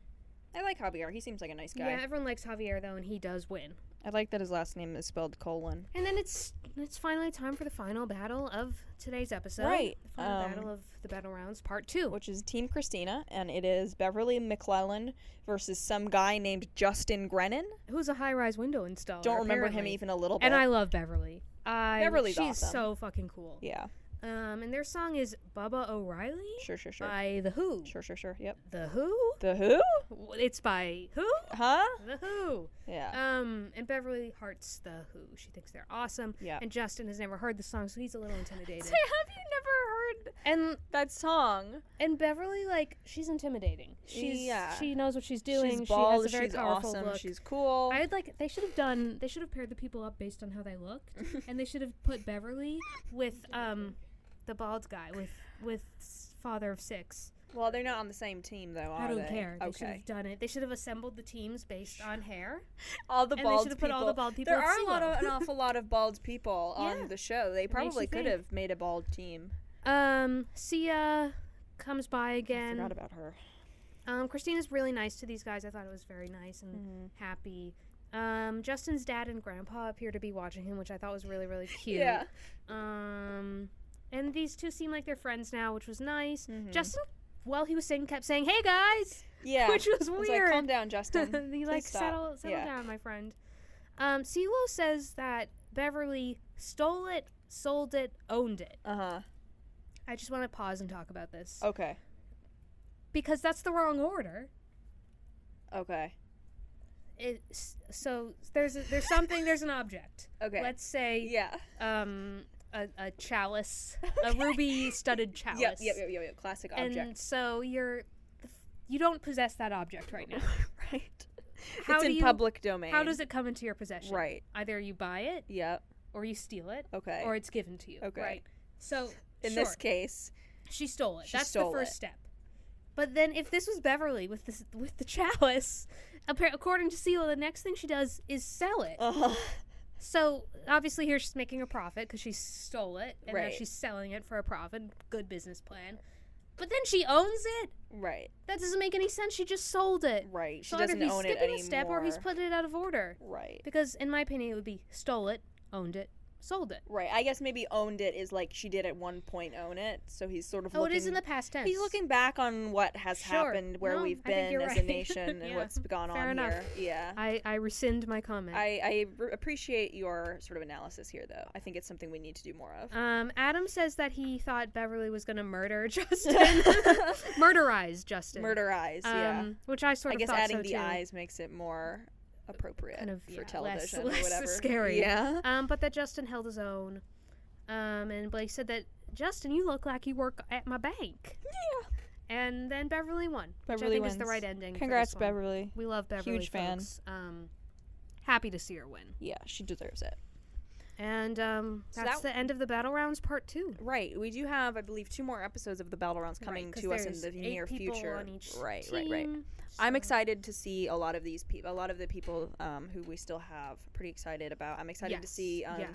Speaker 1: I like Javier. He seems like a nice guy.
Speaker 2: yeah, everyone likes Javier though, and he does win.
Speaker 1: I like that his last name is spelled colon.
Speaker 2: And then it's it's finally time for the final battle of today's episode.
Speaker 1: Right,
Speaker 2: The final
Speaker 1: um,
Speaker 2: battle of the battle rounds, part two.
Speaker 1: Which is Team Christina, and it is Beverly McClellan versus some guy named Justin Grennan.
Speaker 2: Who's a high rise window installer?
Speaker 1: Don't remember him
Speaker 2: Oh, apparently.
Speaker 1: even a little bit.
Speaker 2: And I love Beverly. I
Speaker 1: Beverly's
Speaker 2: she's
Speaker 1: awesome.
Speaker 2: so fucking cool.
Speaker 1: yeah,
Speaker 2: Um, and their song is Bubba O'Reilly
Speaker 1: sure, sure, sure,
Speaker 2: by The Who.
Speaker 1: sure, sure, sure. Yep.
Speaker 2: The Who?
Speaker 1: The Who?
Speaker 2: W- It's by Who?
Speaker 1: Huh?
Speaker 2: The Who.
Speaker 1: Yeah.
Speaker 2: Um, and Beverly Hart's The Who. She thinks they're awesome.
Speaker 1: Yeah.
Speaker 2: And Justin has never heard the song, so he's a little intimidated.
Speaker 1: have you never heard
Speaker 2: and
Speaker 1: that song?
Speaker 2: and Beverly, like, she's intimidating. She's
Speaker 1: Yeah.
Speaker 2: she knows what she's doing.
Speaker 1: she's bald.
Speaker 2: she has a very
Speaker 1: she's
Speaker 2: powerful
Speaker 1: awesome.
Speaker 2: look.
Speaker 1: She's cool.
Speaker 2: I'd like they should have done they should have paired the people up based on how they looked, and they should have put Beverly with um the bald guy with with s- father of six.
Speaker 1: Well, they're not on the same team, though, are
Speaker 2: I don't
Speaker 1: they?
Speaker 2: care. They should
Speaker 1: Okay.
Speaker 2: have done it. They should have assembled the teams based on hair.
Speaker 1: All the
Speaker 2: And they
Speaker 1: bald
Speaker 2: should've
Speaker 1: people.
Speaker 2: put all the bald people
Speaker 1: There
Speaker 2: at
Speaker 1: are a lot
Speaker 2: CeeLo.
Speaker 1: of, an awful lot of bald people on
Speaker 2: Yeah.
Speaker 1: the show. They
Speaker 2: you
Speaker 1: probably could
Speaker 2: think.
Speaker 1: have made a bald team.
Speaker 2: Um, Sia comes by
Speaker 1: I forgot
Speaker 2: again.
Speaker 1: about her.
Speaker 2: Um, Christina's really nice to these guys. I thought it was very nice and
Speaker 1: Mm-hmm.
Speaker 2: happy. Um, Justin's dad and grandpa appear to be watching him, which I thought was really really cute.
Speaker 1: Yeah.
Speaker 2: Um, and these two seem like they're friends now, which was nice. Justin, while he was singing, kept saying, "Hey guys,"
Speaker 1: Mm-hmm. Yeah.
Speaker 2: which was
Speaker 1: I was
Speaker 2: weird.
Speaker 1: like, calm down, Justin.
Speaker 2: he
Speaker 1: Please
Speaker 2: like
Speaker 1: stop."
Speaker 2: settle settle
Speaker 1: yeah.
Speaker 2: down, my friend. Um, CeeLo says that Beverly stole it, sold it, owned it.
Speaker 1: Uh
Speaker 2: I just want to pause and talk about this
Speaker 1: huh. Okay.
Speaker 2: because that's the wrong order.
Speaker 1: Okay.
Speaker 2: It, s- so there's a, there's something there's an object.
Speaker 1: Okay.
Speaker 2: Let's say
Speaker 1: yeah.
Speaker 2: um a, a chalice, a ruby studded chalice.
Speaker 1: Yep, yep, yep, yep, yep. Classic
Speaker 2: And
Speaker 1: object.
Speaker 2: so you're you don't possess that object right now.
Speaker 1: right.
Speaker 2: How
Speaker 1: it's
Speaker 2: do
Speaker 1: in
Speaker 2: you-
Speaker 1: public domain.
Speaker 2: How does it come into your possession?
Speaker 1: Right.
Speaker 2: Either you buy it
Speaker 1: Yep.
Speaker 2: or you steal it
Speaker 1: Okay.
Speaker 2: or it's given to you.
Speaker 1: Okay.
Speaker 2: Right. So
Speaker 1: in
Speaker 2: sure,
Speaker 1: this case,
Speaker 2: she stole it.
Speaker 1: she
Speaker 2: That's
Speaker 1: stole
Speaker 2: the first
Speaker 1: it.
Speaker 2: step. But then if this was Beverly with this with the chalice, appar- according to Seal, the next thing she does is sell it.
Speaker 1: uh-huh.
Speaker 2: So obviously here she's making a profit because she stole it, and
Speaker 1: Right.
Speaker 2: now she's selling it for a profit. Good business plan. But then she owns it.
Speaker 1: Right.
Speaker 2: That doesn't make any sense. She just sold it.
Speaker 1: Right. She
Speaker 2: so either
Speaker 1: doesn't
Speaker 2: he's
Speaker 1: own it
Speaker 2: skipping
Speaker 1: anymore.
Speaker 2: a step or he's putting it out of order.
Speaker 1: right.
Speaker 2: Because in my opinion, it would be stole it, owned it, sold it.
Speaker 1: Right. I guess maybe owned it is like she did at one point own it, so he's sort of
Speaker 2: Oh,
Speaker 1: looking
Speaker 2: it is in the past tense.
Speaker 1: He's looking back on what has
Speaker 2: Sure.
Speaker 1: happened, where
Speaker 2: No,
Speaker 1: we've
Speaker 2: I think
Speaker 1: been
Speaker 2: you're
Speaker 1: as a
Speaker 2: right.
Speaker 1: nation and
Speaker 2: Yeah.
Speaker 1: what's gone
Speaker 2: Fair
Speaker 1: on
Speaker 2: enough.
Speaker 1: here. Yeah.
Speaker 2: I, I rescind my comment.
Speaker 1: I, I re- appreciate your sort of analysis here, though. I think it's something we need to do more of.
Speaker 2: Um, Adam says that he thought Beverly was going to murder Justin, murderize Justin,
Speaker 1: Murder eyes,
Speaker 2: Um,
Speaker 1: yeah.
Speaker 2: which I sort
Speaker 1: I
Speaker 2: of
Speaker 1: guess
Speaker 2: thought
Speaker 1: adding
Speaker 2: so
Speaker 1: the
Speaker 2: too.
Speaker 1: eyes makes it more appropriate
Speaker 2: Kind of,
Speaker 1: for
Speaker 2: yeah, less-
Speaker 1: television
Speaker 2: less
Speaker 1: or whatever.
Speaker 2: scary.
Speaker 1: Yeah.
Speaker 2: Um, but that Justin held his own. Um, and Blake said that Justin, you look like you work at my bank.
Speaker 1: Yeah.
Speaker 2: And then Beverly won, which I
Speaker 1: Beverly
Speaker 2: think is the
Speaker 1: wins.
Speaker 2: right ending. for
Speaker 1: Congrats,
Speaker 2: this one.
Speaker 1: Beverly.
Speaker 2: We love Beverly.
Speaker 1: Huge fan.
Speaker 2: folks. Um, happy to see her win.
Speaker 1: Yeah, she deserves it.
Speaker 2: And um,
Speaker 1: So
Speaker 2: that's
Speaker 1: that-
Speaker 2: the end of the battle rounds, part two.
Speaker 1: Right. We do have, I believe, two more episodes of the battle rounds coming
Speaker 2: 'cause
Speaker 1: to us in
Speaker 2: there's
Speaker 1: the
Speaker 2: eight
Speaker 1: near
Speaker 2: people
Speaker 1: future.
Speaker 2: on each
Speaker 1: right, right, right.
Speaker 2: team,
Speaker 1: I'm
Speaker 2: so-
Speaker 1: excited to see a lot of these people, a lot of the people um, who we still have. Pretty excited about. I'm excited to
Speaker 2: Yes,
Speaker 1: see um,
Speaker 2: yeah.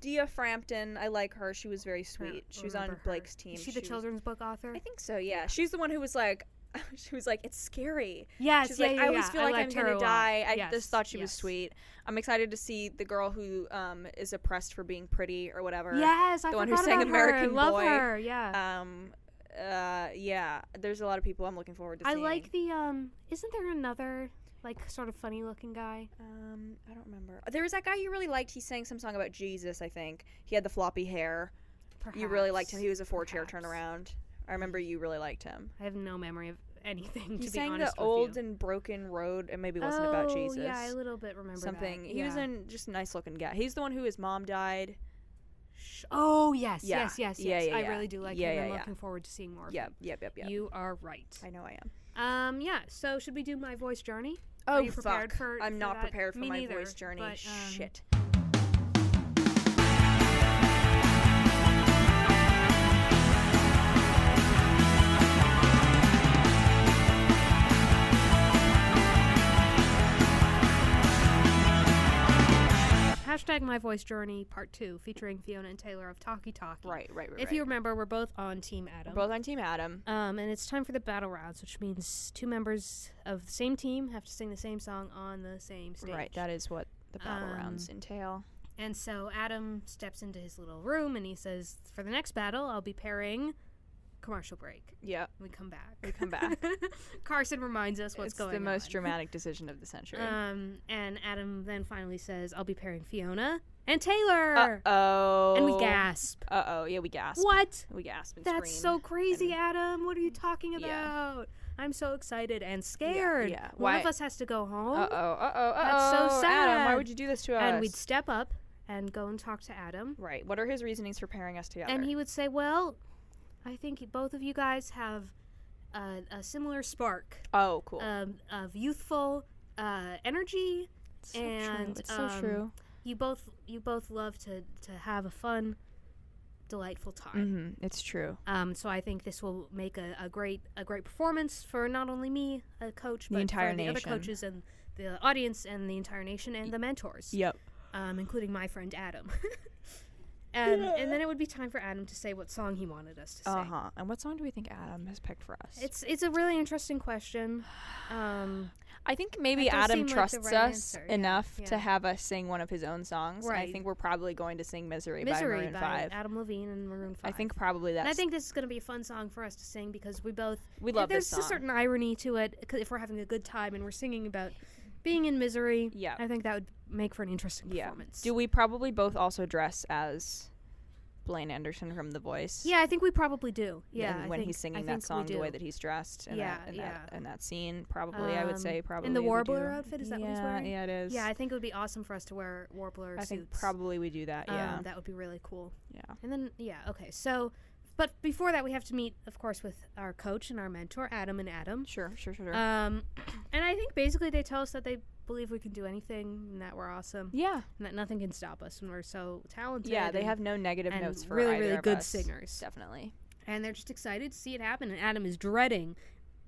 Speaker 1: Dia Frampton. I like her. She was very sweet. She was on
Speaker 2: remember her.
Speaker 1: Blake's team.
Speaker 2: Is she the
Speaker 1: was-
Speaker 2: children's book author?
Speaker 1: I think so. Yeah. she's the one who was like, she was like, it's scary.
Speaker 2: Yes,
Speaker 1: She's
Speaker 2: yeah,
Speaker 1: like,
Speaker 2: yeah,
Speaker 1: I always
Speaker 2: yeah.
Speaker 1: feel like I'm
Speaker 2: liked her a
Speaker 1: gonna
Speaker 2: lot.
Speaker 1: die. I
Speaker 2: Yes,
Speaker 1: just thought she was
Speaker 2: yes.
Speaker 1: sweet. I'm excited to see the girl who um, is oppressed for being pretty or whatever.
Speaker 2: Yes, I
Speaker 1: the one who
Speaker 2: forgot
Speaker 1: sang
Speaker 2: about
Speaker 1: American
Speaker 2: her. Love
Speaker 1: Boy.
Speaker 2: her. Yeah.
Speaker 1: Um. Uh. Yeah. There's a lot of people I'm looking forward to.
Speaker 2: I
Speaker 1: seeing.
Speaker 2: like the um. Isn't there another like sort of funny looking guy?
Speaker 1: Um, I don't remember. There was that guy you really liked. He sang some song about Jesus, I think. He had the floppy hair. You really liked him.
Speaker 2: Perhaps.
Speaker 1: He was a four chair
Speaker 2: Perhaps.
Speaker 1: turnaround. I remember you really liked him.
Speaker 2: I have no memory of anything.
Speaker 1: He
Speaker 2: to be
Speaker 1: sang the
Speaker 2: honest with
Speaker 1: old
Speaker 2: you.
Speaker 1: and broken road, and maybe it
Speaker 2: oh,
Speaker 1: wasn't about Jesus.
Speaker 2: Yeah, I a little bit remember that.
Speaker 1: Something. He was
Speaker 2: Yeah.
Speaker 1: in just a nice looking guy. He's the one who his mom died.
Speaker 2: Sh- Oh yes,
Speaker 1: Yeah.
Speaker 2: yes, yes, yes.
Speaker 1: Yeah, yeah,
Speaker 2: I
Speaker 1: yeah.
Speaker 2: really do like
Speaker 1: Yeah,
Speaker 2: him.
Speaker 1: yeah,
Speaker 2: I'm
Speaker 1: yeah.
Speaker 2: looking forward to seeing more. of
Speaker 1: Yep,
Speaker 2: him.
Speaker 1: yep, yep, yep.
Speaker 2: You are right.
Speaker 1: I know I am.
Speaker 2: Um, yeah. So should we do my voice journey?
Speaker 1: Oh,
Speaker 2: you prepared
Speaker 1: fuck.
Speaker 2: for-
Speaker 1: I'm
Speaker 2: for
Speaker 1: not
Speaker 2: that?
Speaker 1: prepared for
Speaker 2: Me
Speaker 1: my
Speaker 2: neither,
Speaker 1: voice journey.
Speaker 2: but, um,
Speaker 1: Shit.
Speaker 2: Hashtag my voice journey part two, featuring Fiona and Taylor of Talkie Talkie.
Speaker 1: Right, right, right.
Speaker 2: If
Speaker 1: right.
Speaker 2: you remember, we're both on Team Adam.
Speaker 1: both on Team Adam.
Speaker 2: Um, and it's time for the battle rounds, which means two members of the same team have to sing the same song on the same stage.
Speaker 1: Right, that is what the battle
Speaker 2: Um,
Speaker 1: rounds entail.
Speaker 2: And so Adam steps into his little room and he says, "For the next battle, I'll be pairing." Commercial break.
Speaker 1: Yep.
Speaker 2: We come back.
Speaker 1: We come back.
Speaker 2: Carson reminds us what's
Speaker 1: it's
Speaker 2: going on.
Speaker 1: the most dramatic decision of the century.
Speaker 2: Um, and Adam then finally says, "I'll be pairing Fiona and Taylor,"
Speaker 1: Uh oh.
Speaker 2: and we gasp.
Speaker 1: Uh oh. Yeah, we gasp.
Speaker 2: What?
Speaker 1: We gasp and
Speaker 2: That's
Speaker 1: scream.
Speaker 2: so crazy, Adam. What are you talking about?
Speaker 1: Yeah.
Speaker 2: I'm so excited and scared.
Speaker 1: yeah.
Speaker 2: One of
Speaker 1: Why-
Speaker 2: us has to go home.
Speaker 1: Uh oh. Uh oh. Uh oh.
Speaker 2: That's so
Speaker 1: Adam,
Speaker 2: sad.
Speaker 1: why would you do this to us?
Speaker 2: And we'd step up and go and talk to Adam.
Speaker 1: Right. What are his reasonings for pairing us together?
Speaker 2: And he would say, Well, I think you- both of you guys have uh, a similar spark
Speaker 1: Oh, cool.
Speaker 2: um, of youthful uh, energy.
Speaker 1: so
Speaker 2: and,
Speaker 1: It's so
Speaker 2: um,
Speaker 1: true.
Speaker 2: You both you both love to, to have a fun, delightful time.
Speaker 1: hmm It's true.
Speaker 2: Um, so I think this will make a, a great a great performance for not only me, a coach, but
Speaker 1: entire
Speaker 2: for the other
Speaker 1: nation.
Speaker 2: coaches and the audience and the entire nation and the mentors,
Speaker 1: Yep.
Speaker 2: um, including my friend Adam. and, and then it would be time for Adam to say what song he wanted us to sing.
Speaker 1: Uh huh. And what song do we think Adam has picked for us?
Speaker 2: It's it's a really interesting question. Um,
Speaker 1: I think maybe
Speaker 2: does seem
Speaker 1: Adam
Speaker 2: like the
Speaker 1: trusts
Speaker 2: right
Speaker 1: us
Speaker 2: answer, yeah,
Speaker 1: enough
Speaker 2: yeah.
Speaker 1: to have us sing one of his own songs. and I
Speaker 2: Right.
Speaker 1: think we're probably going to sing "Misery," by
Speaker 2: Misery
Speaker 1: Maroon
Speaker 2: by
Speaker 1: Five.
Speaker 2: Adam Levine and Maroon
Speaker 1: I
Speaker 2: Five.
Speaker 1: think probably that's.
Speaker 2: And I think this is going to be a fun song for us to sing because we both
Speaker 1: We love
Speaker 2: There's
Speaker 1: this
Speaker 2: a
Speaker 1: song.
Speaker 2: certain irony to it 'cause if we're having a good time and we're singing about being in misery.
Speaker 1: Yeah.
Speaker 2: I think that would make for an interesting
Speaker 1: yeah.
Speaker 2: performance.
Speaker 1: Do we probably both also dress as Blaine Anderson from The Voice?
Speaker 2: yeah, I think we probably do. Yeah,
Speaker 1: and
Speaker 2: I
Speaker 1: when
Speaker 2: think-
Speaker 1: he's
Speaker 2: I
Speaker 1: singing
Speaker 2: think
Speaker 1: that
Speaker 2: we
Speaker 1: song, the way
Speaker 2: do.
Speaker 1: that he's dressed, in
Speaker 2: Yeah,
Speaker 1: that, in that
Speaker 2: yeah.
Speaker 1: in that scene, probably I
Speaker 2: Um,
Speaker 1: would say probably we
Speaker 2: warbler
Speaker 1: do.
Speaker 2: outfit, is that
Speaker 1: yeah,
Speaker 2: what he's wearing?
Speaker 1: Yeah, it is.
Speaker 2: yeah, I think it would be awesome for us to wear warbler
Speaker 1: I
Speaker 2: suits.
Speaker 1: think probably we do that. Yeah,
Speaker 2: um, that would be really cool.
Speaker 1: yeah.
Speaker 2: And then yeah, okay. So, but before that, we have to meet, of course, with our coach and our mentor, Adam and Adam.
Speaker 1: Sure, sure, sure. sure.
Speaker 2: Um, and I think basically they tell us that they believe we can do anything and that we're awesome.
Speaker 1: yeah,
Speaker 2: and that nothing can stop us when we're so talented.
Speaker 1: yeah. They
Speaker 2: and-
Speaker 1: have no negative
Speaker 2: and
Speaker 1: notes for
Speaker 2: really,
Speaker 1: either
Speaker 2: really
Speaker 1: of
Speaker 2: good
Speaker 1: us.
Speaker 2: singers.
Speaker 1: Definitely.
Speaker 2: and they're just excited to see it happen. And Adam is dreading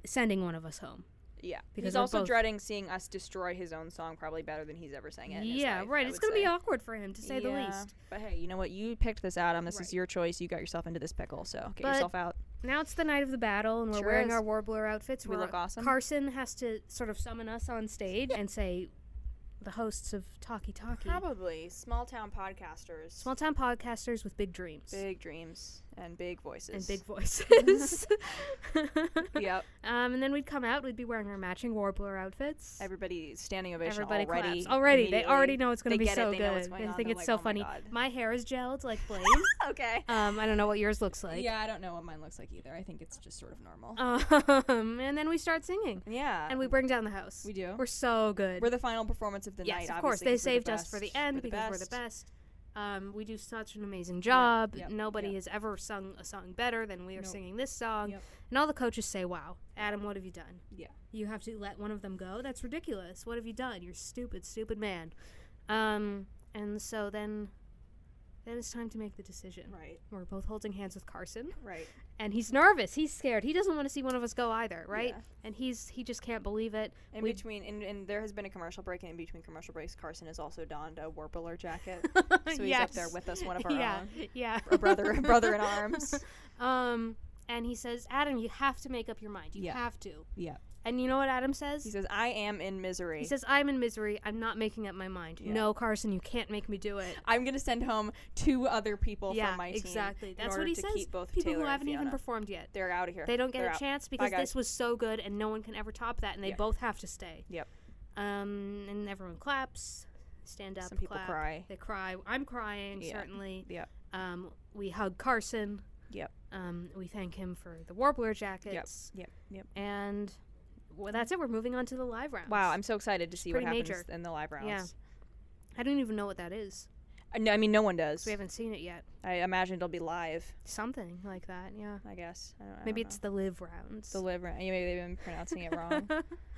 Speaker 2: sending one of us home.
Speaker 1: Yeah,
Speaker 2: Because
Speaker 1: he's
Speaker 2: we're
Speaker 1: also
Speaker 2: both-
Speaker 1: dreading seeing us destroy his own song probably better than he's ever sang it. in his
Speaker 2: yeah,
Speaker 1: life,
Speaker 2: right.
Speaker 1: I
Speaker 2: It's
Speaker 1: would
Speaker 2: gonna be
Speaker 1: say.
Speaker 2: awkward for him to say the
Speaker 1: Yeah.
Speaker 2: least.
Speaker 1: But hey, you know what? You picked this, Adam. This
Speaker 2: Right.
Speaker 1: is your choice. You got yourself into this pickle, so get
Speaker 2: But-
Speaker 1: yourself out.
Speaker 2: Now it's the night of the battle, and we're
Speaker 1: Sure
Speaker 2: wearing
Speaker 1: is.
Speaker 2: our warbler outfits.
Speaker 1: We
Speaker 2: We're-
Speaker 1: look awesome.
Speaker 2: Carson has to sort of summon us on stage and say, "The hosts of Talkie Talkie,
Speaker 1: Probably small town podcasters,
Speaker 2: small town podcasters with big dreams
Speaker 1: big dreams and big voices
Speaker 2: and big voices."
Speaker 1: yep.
Speaker 2: Um, and then we'd come out. We'd be wearing our matching warbler outfits.
Speaker 1: Everybody standing ovation
Speaker 2: Everybody
Speaker 1: already.
Speaker 2: claps already. They already
Speaker 1: immediately.
Speaker 2: know it's going
Speaker 1: They
Speaker 2: to be
Speaker 1: get it,
Speaker 2: so
Speaker 1: they know what's
Speaker 2: good.
Speaker 1: going
Speaker 2: I
Speaker 1: on,
Speaker 2: think
Speaker 1: they're like,
Speaker 2: it's so
Speaker 1: "Oh my
Speaker 2: funny.
Speaker 1: God."
Speaker 2: hair is gelled like Blaine.
Speaker 1: Okay.
Speaker 2: um, I don't know what yours looks like.
Speaker 1: yeah, I don't know what mine looks like either. I think it's just sort of normal.
Speaker 2: Um, and then we start singing,
Speaker 1: yeah.
Speaker 2: and we bring down the house.
Speaker 1: Um, We do.
Speaker 2: We're so good.
Speaker 1: We're the final performance of the
Speaker 2: yes,
Speaker 1: night.
Speaker 2: of course.
Speaker 1: obviously,
Speaker 2: They
Speaker 1: 'cause we're
Speaker 2: saved us for the
Speaker 1: best.
Speaker 2: end
Speaker 1: We're the
Speaker 2: because we're the
Speaker 1: best.
Speaker 2: best. Um, we do such an amazing job.
Speaker 1: yep,
Speaker 2: Nobody
Speaker 1: yep.
Speaker 2: has ever sung a song better than we are
Speaker 1: Nope.
Speaker 2: singing this song.
Speaker 1: Yep.
Speaker 2: And all the coaches say, "Wow, Adam, what have you done?
Speaker 1: Yeah.
Speaker 2: You have to let one of them go. That's ridiculous. What have you done? You're stupid, stupid man." Um, and so then, then it's time to make the decision.
Speaker 1: Right.
Speaker 2: We're both holding hands with Carson
Speaker 1: Right.
Speaker 2: and he's nervous. He's scared. He doesn't want to see one of us go either, right?
Speaker 1: Yeah.
Speaker 2: And he's he just can't believe it.
Speaker 1: In
Speaker 2: We-
Speaker 1: between, and, and there has been a commercial break, and in between commercial breaks, Carson has also donned a Warbler jacket, so he's up there
Speaker 2: Yes.
Speaker 1: with us, one of our
Speaker 2: yeah,
Speaker 1: own,
Speaker 2: yeah,
Speaker 1: a brother, a brother in arms.
Speaker 2: um, and he says, Adam, you have to make up your mind. You
Speaker 1: Yeah.
Speaker 2: have to.
Speaker 1: Yeah.
Speaker 2: And you know what Adam says?
Speaker 1: He says, "I am in misery."
Speaker 2: he says, I'm in misery. I'm not making up my mind.
Speaker 1: Yeah.
Speaker 2: No, Carson, you can't make me do it.
Speaker 1: "I'm going to send home two other people
Speaker 2: yeah,
Speaker 1: from my team."
Speaker 2: exactly.
Speaker 1: in
Speaker 2: That's
Speaker 1: order
Speaker 2: what he
Speaker 1: to
Speaker 2: says.
Speaker 1: Keep both
Speaker 2: People
Speaker 1: Taylor
Speaker 2: who
Speaker 1: and
Speaker 2: haven't even
Speaker 1: Fiona.
Speaker 2: performed yet.
Speaker 1: they're out of here.
Speaker 2: They don't get
Speaker 1: They're
Speaker 2: a
Speaker 1: out.
Speaker 2: chance because
Speaker 1: guys.
Speaker 2: this was so good and no one can ever top that, and they
Speaker 1: Yeah.
Speaker 2: both have to stay.
Speaker 1: Yep.
Speaker 2: Um, and everyone claps, stand up,
Speaker 1: Some people
Speaker 2: clap.
Speaker 1: cry.
Speaker 2: They cry. I'm crying
Speaker 1: Yeah.
Speaker 2: certainly.
Speaker 1: Yep.
Speaker 2: Um, we hug Carson.
Speaker 1: Yep.
Speaker 2: Um, we thank him for the warbler jackets.
Speaker 1: Yep. Yep.
Speaker 2: And well, that's it. We're moving on to the live round.
Speaker 1: Wow, I'm so excited to see what
Speaker 2: pretty
Speaker 1: happens
Speaker 2: major.
Speaker 1: in the live rounds.
Speaker 2: Yeah. I don't even know what that is.
Speaker 1: Uh, no, I mean, no one does.
Speaker 2: We haven't seen it yet.
Speaker 1: I imagine it'll be live. Um, Um,
Speaker 2: Mm-hmm.
Speaker 1: uh,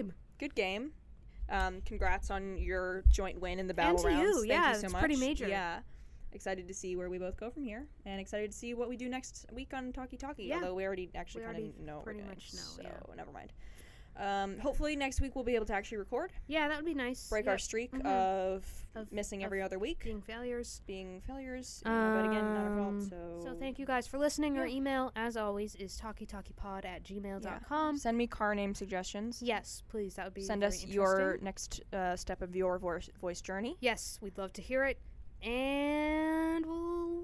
Speaker 2: Um,
Speaker 1: uh,